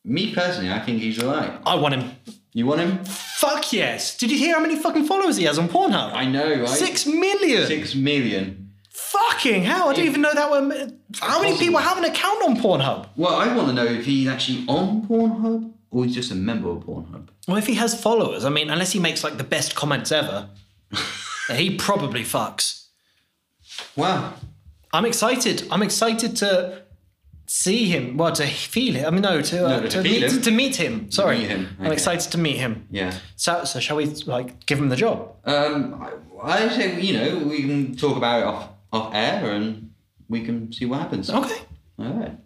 Me personally, I think he's alright.
I want him.
You want him?
Fuck yes. Did you hear how many fucking followers he has on Pornhub?
I know, right?
Six million.
Six million.
Fucking hell! I didn't even know that were. How many people have an account on Pornhub?
Well, I want to know if he's actually on Pornhub or he's just a member of Pornhub.
Well, if he has followers, I mean, unless he makes like the best comments ever, he probably fucks.
Wow.
I'm excited. I'm excited to see him. Well, to feel it. I mean, no, to uh,
No, to
to,
feel
meet,
him.
to meet him. Sorry,
meet him,
I'm
okay.
excited to meet him.
Yeah.
So, so shall we like give him the job?
Um, I, I say, you know, we can talk about it off, off air and we can see what happens.
Okay.
All right.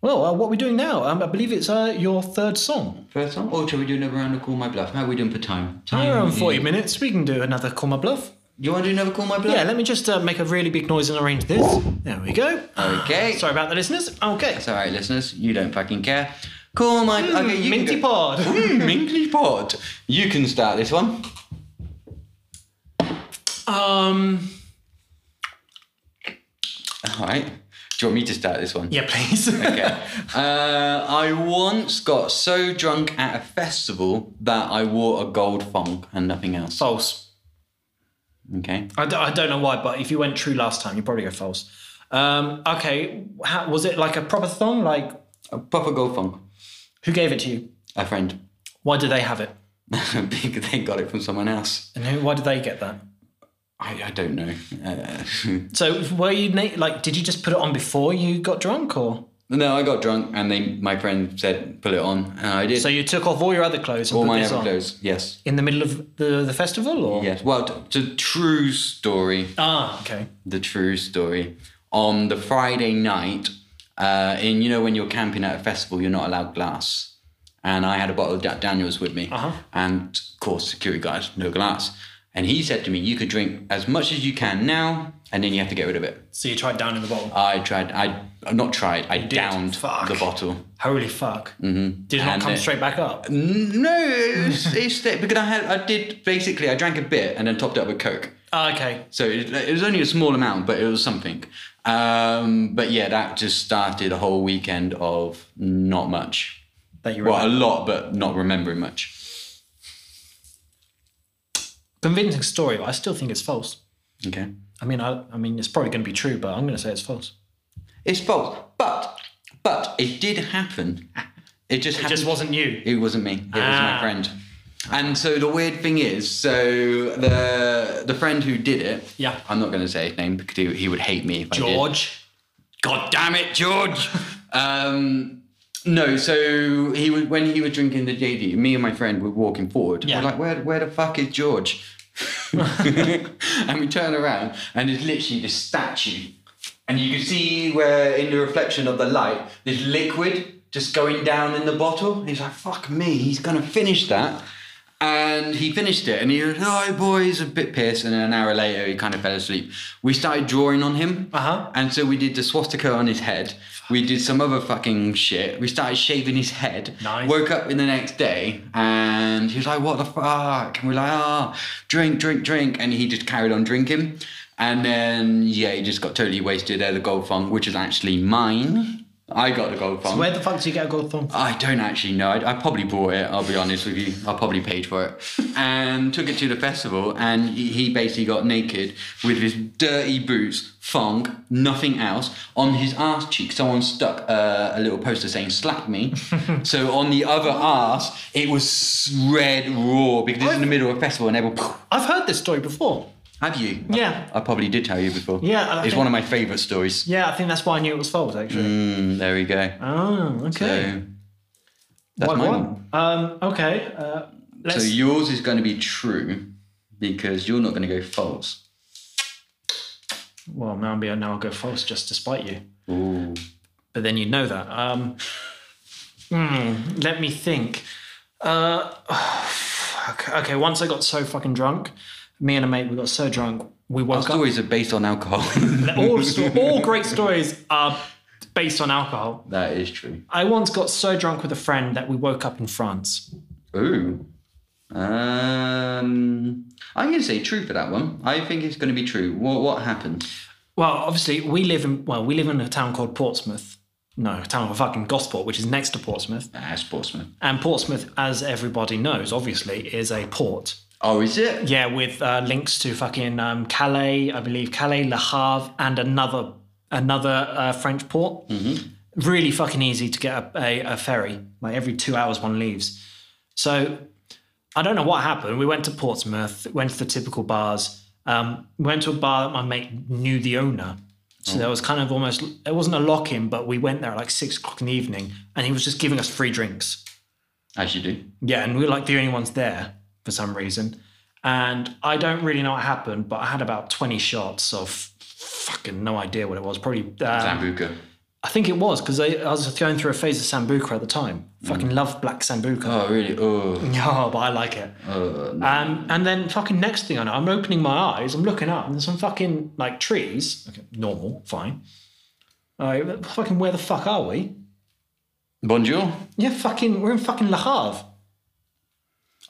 Well, uh, what are we doing now? Um, I believe it's uh, your third song.
First time? Or shall we do another round of Call My Bluff? How are we doing for time? Time.
We're around
is-
40 minutes. We can do another Call My Bluff.
You want to do another Call My Bluff?
Yeah, let me just uh, make a really big noise and arrange this. There we go.
Okay.
Sorry about the listeners. Okay.
It's all right, listeners. You don't fucking care. Call My Okay, you
Hmm, Minty
can go-
Pod.
Hmm, Minty Pod. You can start this one.
um,
All right. Do you want me to start this one?
yeah, please.
Okay. Uh, I once got so drunk at a festival that I wore a gold thong and nothing else.
false.
Okay.
I, d- I don't know why, but if you went true last time, you probably go false. Um, okay. How, was it like a proper thong? Like,
A proper gold thong.
who gave it to you?
A friend.
Why did they have it?
Because they got it from someone else.
And who, why did they get that?
I, I don't know. Uh,
So were you na- like? Did you just put it on before you got drunk, or
no, I got drunk and they my friend said put it on and I did.
so you took off all your other clothes and
all
put
my
this
other
on
clothes. Yes.
in the middle of the, the festival, or
Yes. Well, t- it's a true story.
ah, okay,
the true story. On the Friday night, uh, in you know when you're camping at a festival, you're not allowed glass. And I had a bottle of Jack Daniels with me,
Uh-huh.
and of course, security guys, no glass. And he said to me, "You could drink as much as you can now, and then you have to get rid of it."
so you tried down in the bottle.
I tried. I not tried. I downed
Fuck.
the bottle.
Holy fuck! Mm-hmm. Did it not
And
come
it-
straight back up?
No, it was, it's thick, because I had. I did basically. I drank a bit and then topped it up with Coke.
Ah, okay,
So it, it was only a small amount, but it was something. Um, but yeah, that just started a whole weekend of not much.
that you were
Well, a lot, but not remembering much.
convincing story, but I still think it's false.
Okay.
I mean, I, I mean, it's probably going to be true, but I'm going to say it's false.
It's false, but but it did happen. It just
It
happened.
just wasn't you.
It wasn't me. It was
Ah.
my friend. And so the weird thing is, so the the friend who did it.
Yeah.
I'm not going to say his name because he, he would hate me if I did.
George.
God damn it, George! um, no, so he was when he was drinking the JD. Me and my friend were walking forward.
Yeah.
We're like, where, where the fuck is George? and we turn around, and there's literally this statue, and you can see where in the reflection of the light, there's liquid just going down in the bottle. He's like, fuck me, he's gonna finish that. And he finished it, and he was, oh boy, he's a bit pissed. And then an hour later, he kind of fell asleep. We started drawing on him,
Uh-huh.
and so we did the swastika on his head. We did some other fucking shit. We started shaving his head.
Nice.
Woke up in the next day and he was like, what the fuck? And we're like, ah, drink, drink, drink. And he just carried on drinking. And then, yeah, he just got totally wasted at the gold fund, which is actually mine. I got the gold fund.
Where the fuck do you get a gold thong? from?
I don't actually know. I, I probably bought it. I'll be honest with you. I probably paid for it, and took it to the festival. And he, he basically got naked with his dirty boots, thong, nothing else. On his ass cheek, someone stuck uh, a little poster saying "slap me." so on the other ass, it was red raw because it's in the middle of a festival, and everyone.
I've heard this story before.
Have you?
Yeah.
I, probably did tell you before.
Yeah, I
it's
think-
one of my favourite stories.
Yeah, I think that's why I knew it was false. Actually.
Mm, there we go.
Oh,
So
okay.
that's
One,
mine.
one. Um, okay. Uh, let's.
So yours is going to be true because you're not going to go false.
well, now I'll, now I'll go false just to spite you.
Ooh.
But then you'd know that. Um, hmm, let me think. Uh, fuck. Okay, once I got so fucking drunk, me and a mate, we got so drunk, we woke up.
Stories are based on alcohol.
All, sto- all great stories are based on alcohol.
that is true.
I once got so drunk with a friend that we woke up in France.
Ooh. Um, I'm going to say true for that one. I think it's going to be true. What what happened?
Well, obviously, we live in well, we live in a town called Portsmouth. No, a town called fucking Gosport, which is next to Portsmouth.
Ah, sportsman.
And Portsmouth, as everybody knows, obviously, is a port.
Oh, is it?
Yeah, with uh, links to fucking um, Calais, I believe Calais, Le Havre, and another another uh, French port. Really fucking easy to get a, a, a ferry. Like every two hours, one leaves. So I don't know what happened. We went to Portsmouth, went to the typical bars. Um, went to a bar that my mate knew the owner. So there was kind of almost it wasn't a lock in, but we went there at like six o'clock in the evening, and he was just giving us free drinks.
As you do.
Yeah, and we were like the only ones there for some reason. And I don't really know what happened, but I had about 20 shots of fucking no idea what it was. Probably, um,
Sambuca.
I think it was because I, I was going through a phase of Sambuca at the time. Fucking love black Sambuca.
Oh, really? Oh.
Mm. Oh, but I like it. Um, and then fucking next thing I know, I'm opening my eyes, I'm looking up, and there's some fucking like trees. Okay, normal, fine. Uh, fucking where the fuck are we?
Bonjour.
Yeah, fucking, we're in fucking Le Havre.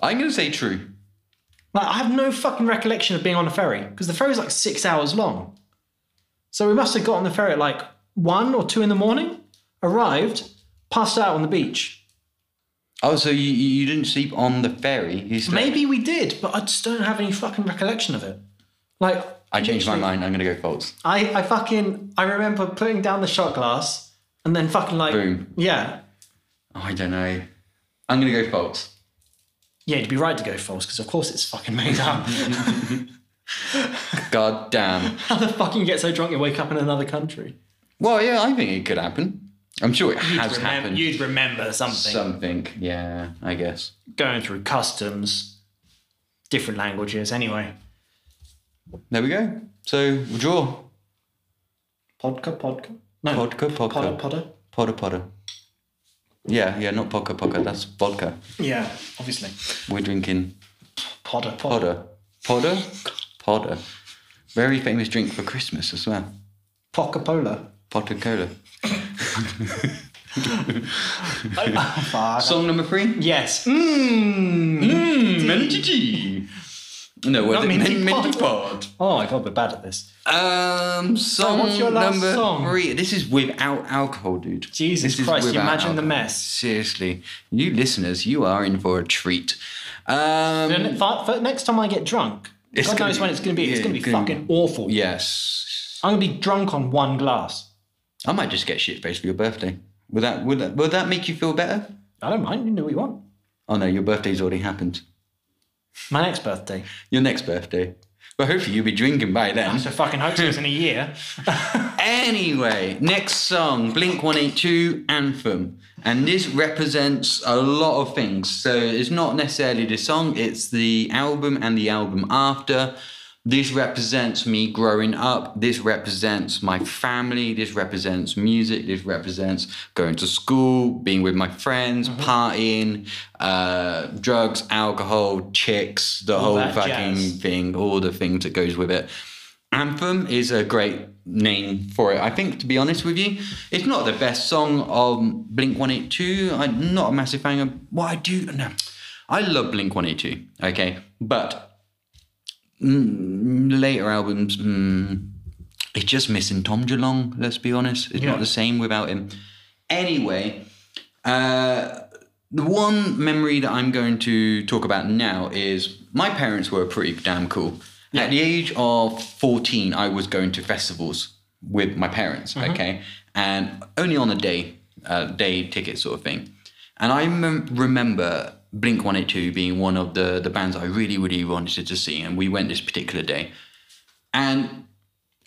I'm going to say true.
Like, I have no fucking recollection of being on a ferry because the ferry's like six hours long. So we must have got on the ferry at like one or two in the morning, arrived, passed out on the beach.
Oh, so you, you you didn't sleep on the ferry? You slept-
Maybe we did, but I just don't have any fucking recollection of it. Like,
I changed my
literally-
mind. I'm going to go false.
I, I fucking, I remember putting down the shot glass and then fucking like,
Boom.
yeah.
Oh, I don't know. I'm going to go false.
Yeah, you'd be right to go false because of course it's fucking made up.
God damn.
How the fuck you get so drunk you wake up in another country?
Well, yeah, I think it could happen. I'm sure it
You'd
has
remem-
happened.
You'd remember something.
Something. Yeah, I guess.
going through customs, different languages. Anyway,
There we go. So, we'll draw.
podka, podka, no,
Podka, podka.
podda, podda.
Potter Potter. Yeah, yeah, not Podka Podka. That's vodka.
Yeah, obviously,
We're drinking
podda, podda.
Podder. Podder? Podder. Very famous drink for Christmas as well.
Poca Pola.
Potter Cola.
Fuck.
Song number three?
yes.
Mm.
Mmm.
Mentity. No, was
Not
it
Minty
Men- Minty Pod?
Pod. Oh my god, we're bad at this.
Um, song
what's your last
number
song?
three. This is without alcohol, dude.
Jesus
This is
Christ! You
without
imagine the
alcohol.
mess.
Seriously, you listeners, you are in for a treat.
Then
Um,
for, for next time I get drunk,
It's
God
gonna
knows
be-
when it's going to be.
yeah,
it's going to be
gonna be-
fucking awful.
yes,
I'm going to be drunk on one glass.
I might just get shit faced for your birthday. Would that would that would that make you feel better?
I don't mind. You know what you want.
Oh no, your birthday's already happened.
My next birthday.
Your next birthday. Well, hopefully you'll be drinking by then.
So fucking hope it's in a year.
Anyway, next song, Blink 182 Anthem. And this represents a lot of things. So it's not necessarily the song, it's the album and the album after. This represents me growing up. This represents my family. This represents music. This represents going to school, being with my friends,
Mm-hmm.
partying, uh, drugs, alcohol, chicks, the whole
that
fucking
jazz.
thing, all the things that goes with it. Anthem is a great name for it. I think, to be honest with you, it's not the best song of Blink 182. I'm not a massive fan of what I do. No, I love Blink 182. Okay, but mm, later albums, mm, it's just missing Tom Geelong. Let's be honest, it's not
Yeah.
the same without him. Anyway, uh, the one memory that I'm going to talk about now is my parents were pretty damn cool. At the age of 14, I was going to festivals with my parents, okay? And only on a day, uh, day ticket sort of thing. And I mem- remember Blink 182 being one of the, the bands I really, really wanted to see. And we went this particular day. And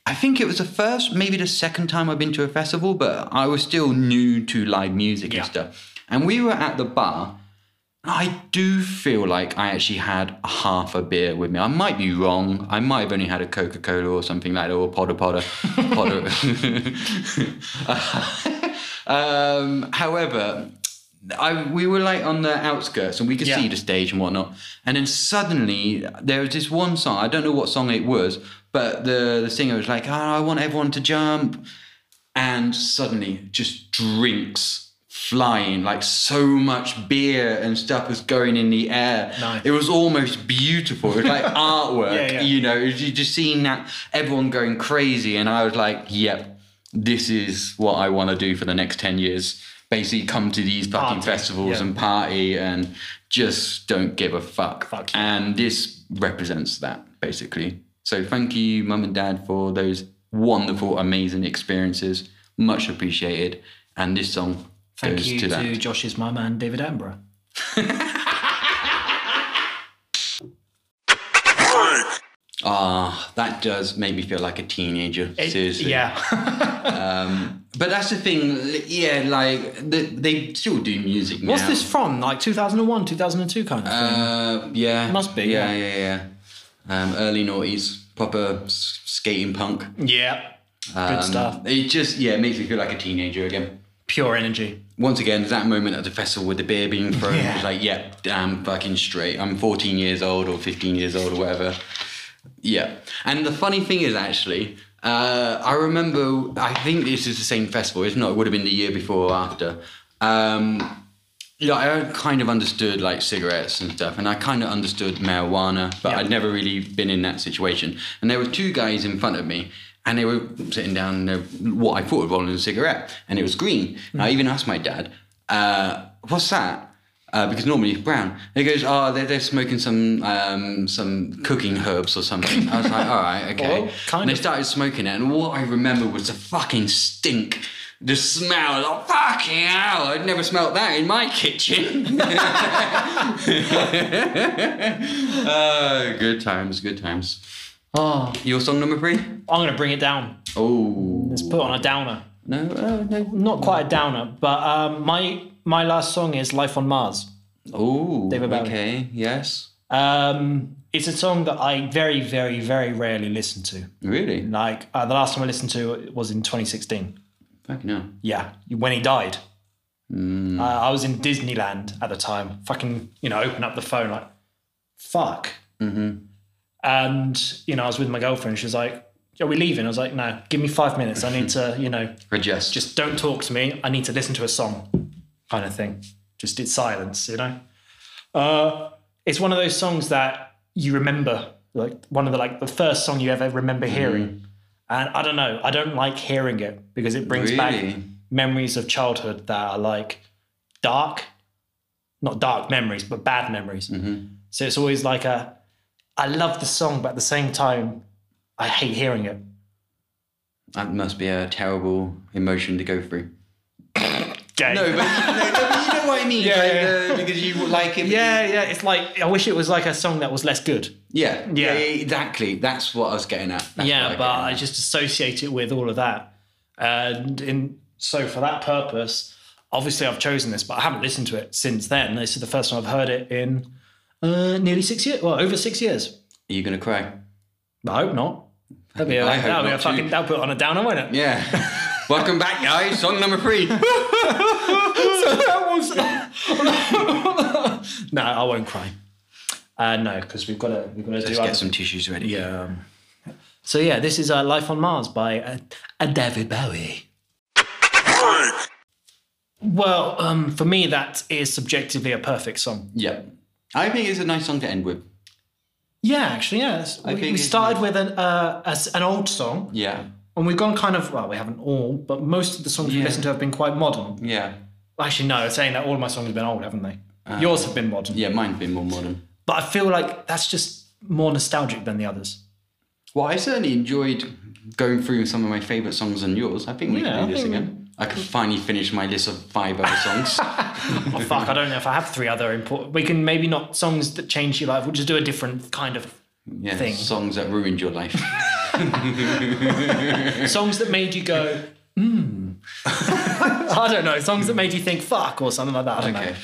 I think it was the first, maybe the second time I've been to a festival, but I was still new to live music and
Yeah.
stuff. And we were at the bar. I do feel like I actually had a half a beer with me. I might be wrong. I might have only had a Coca Cola or something like that, or Podder Podder. Podder. um, however, I, we were like on the outskirts and we could
Yeah.
see the stage and whatnot. And then suddenly there was this one song. I don't know what song it was, but the, the singer was like, oh, I want everyone to jump. And suddenly just drinks flying, like so much beer and stuff was going in the air.
Nice.
It was almost beautiful. It was like artwork,
Yeah, yeah.
you know, it was- you just seeing that everyone going crazy. And I was like, yep, this is what I want to do for the next 10 years. basically come to these fucking
Party,
festivals
yeah.
and party and just don't give a fuck.
Fuck you.
And this represents that basically. So thank you, mum and dad, for those wonderful, amazing experiences. Much appreciated. And this song
Thank
goes
you
to
to,
that.
Josh's mum and David Ambra.
Ah, that does make me feel like a teenager. seriously.
Yeah.
But that's the thing. li- Yeah, like the, they still do music now.
What's this from? Like 2001, 2002 kind of thing?
Uh, yeah.
Must be,
Yeah,
yeah.
yeah, yeah. Um, early noughties, proper s- skating punk.
Yeah.
Um,
Good stuff.
It just yeah it makes me feel like a teenager again.
Pure energy.
Once again, that moment at the festival with the beer being thrown,
Yeah.
it's like, yeah, damn, fucking straight. I'm 14 years old or 15 years old or whatever. Yeah. And the funny thing is, actually, uh, I remember, I think this is the same festival. If not, it would have been the year before or after. Um, yeah, I kind of understood like cigarettes and stuff, and I kind of understood marijuana, but
Yeah.
I'd never really been in that situation. And there were two guys in front of me, and they were sitting down and they were- what I thought was rolling a cigarette, and it was green. And
Mm.
I even asked my dad, uh, "What's that?" Uh, because normally it's brown. And he goes, "Oh, they're, they're smoking some um, some cooking herbs or something." I was like, "All right, okay."
Well, kind
and they
of.
started smoking it, and what I remember was the fucking stink. The smell, oh fucking hell! I'd never smelt that in my kitchen. uh, good times, good times.
Oh,
Your song number three?
I'm going to bring it down.
Oh,
Let's put on a downer.
no, uh, no.
Not quite a downer, but um, my my last song is Life on Mars.
Oh,
David Bowie.
okay, yes,
Um, it's a song that I very, very, very rarely listen to.
really,
Like uh, the last time I listened to it was in 2016.
fucking hell.
Yeah, when he died. Uh, I was in Disneyland at the time. Fucking, you know, open up the phone like, fuck. And you know, I was with my girlfriend. She was like, "Are we leaving?" I was like, "No, give me five minutes. I need to, you know,
Register.
just don't talk to me. I need to listen to a song, kind of thing. Just it's silence, you know. Uh, it's one of those songs that you remember, like one of the like the first song you ever remember hearing.
Mm.
And I don't know, I don't like hearing it because it brings back
Really?
memories of childhood that are like dark, not dark memories, but bad memories.
Mm-hmm.
So it's always like a, I love the song, but at the same time, I hate hearing it.
that must be a terrible emotion to go through.
Gay.
No, but, no, no, but you know what I mean.
Yeah,
like,
yeah.
Uh, because you like it.
Yeah, yeah. It's like I wish it was like a song that was less good.
yeah,
Yeah.
Exactly. That's what I was getting at. That's what
yeah, but
I
I just associate it with all of that, and in so for that purpose, obviously I've chosen this, but I haven't listened to it since then. This is the first time I've heard it in uh, nearly six years, well over six years.
Are you gonna cry?
I hope not. That'd be a,
I hope
that'd be a
not too.
fucking that'll put on a downer, won't it?
Yeah. Welcome back, guys. Song number three.
No, I won't cry. Uh, no, because we've got to we've got to do
Let's
other
get some tissues ready.
Yeah. um, So yeah, this is uh, "Life on Mars" by uh, uh, David Bowie. well, um, for me, that is subjectively a perfect song.
Yeah. I think it's a nice song to end with.
Yeah, actually, yeah. that's- We,
think
we
it's-
started with an uh, a s an old song,
Yeah.
and we've gone kind of well. We haven't all, but most of the songs we
Yeah.
listened to have been quite modern.
Yeah.
Actually, no, I'm saying that all of my songs have been old, haven't they? Yours have been modern,
Ah. Yeah, mine's been more modern.
but I feel like that's just more nostalgic than the others.
Well, I certainly enjoyed going through some of my favourite songs and yours. I think we
Yeah, I
can do this
think-
again. I can finally finish my list of five other songs.
Oh, fuck, I don't know if I have three other important. We can maybe not songs that change your life. We'll just do a different kind of
yeah,
Thing.
songs that ruined your life.
songs that made you go. Mm. I don't know songs that made you think fuck or something like that. I don't
Okay.
know.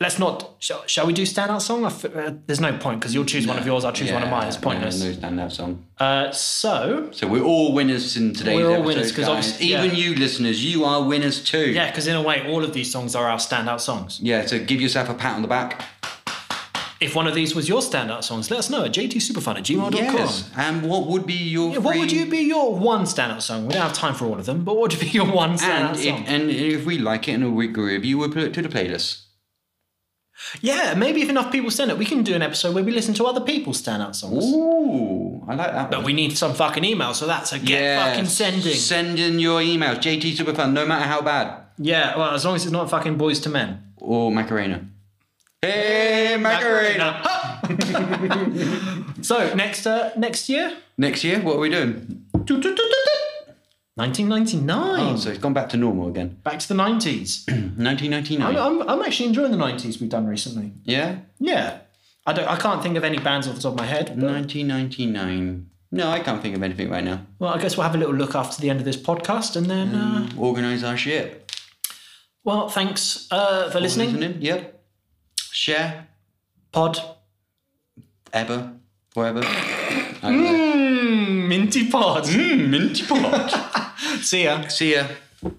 Let's not. Shall, shall we do standout song? I f- uh, there's no point because you'll choose one of yours. I'll choose one of mine. It's pointless.
No, no standout song.
Uh, so
So we're all winners in today's
We're all
episode,
winners, 'cause
guys.
obviously- yeah.
even you listeners, you are winners too.
yeah, because in a way, all of these songs are our standout songs.
Yeah. So give yourself a pat on the back.
If one of these was your standout songs, let us know at jtsuperfun at gmail.com.
Yes. And what would be your?
Yeah, What would
three-
you be your one standout song? We don't have time for all of them, but what would you be your one standout
And
song?
if, and if we like it and we agree with you, we'll put it to the playlist.
Yeah, maybe if enough people send it, we can do an episode where we listen to other people's standout songs.
Ooh, I like that.
But
one.
we need some fucking email, so that's a get fucking sending.
Send in your emails, JT Superfan, no matter how bad.
yeah, well, as long as it's not fucking boys to men.
Or Macarena. Hey, Macarena.
Macarena. uh, so next uh, next year,
Next year, what are we doing?
1999.
Oh, so it's gone back to normal again.
Back to the 90s. I'm,
1999.
I'm, I'm actually enjoying the 90s we've done recently.
Yeah?
Yeah, I don't. I can't think of any bands off the top of my head. but-
1999. No, I can't think of anything right now.
Well, I guess we'll have a little look after the end of this podcast, and then.
Mm.
Uh,
Organize our shit.
well, thanks uh, for listening.
Listening? Yep. Share.
Pod.
Ever. Forever.
Mmm, minty pod.
Mm. Minty pot.
See ya.
See ya.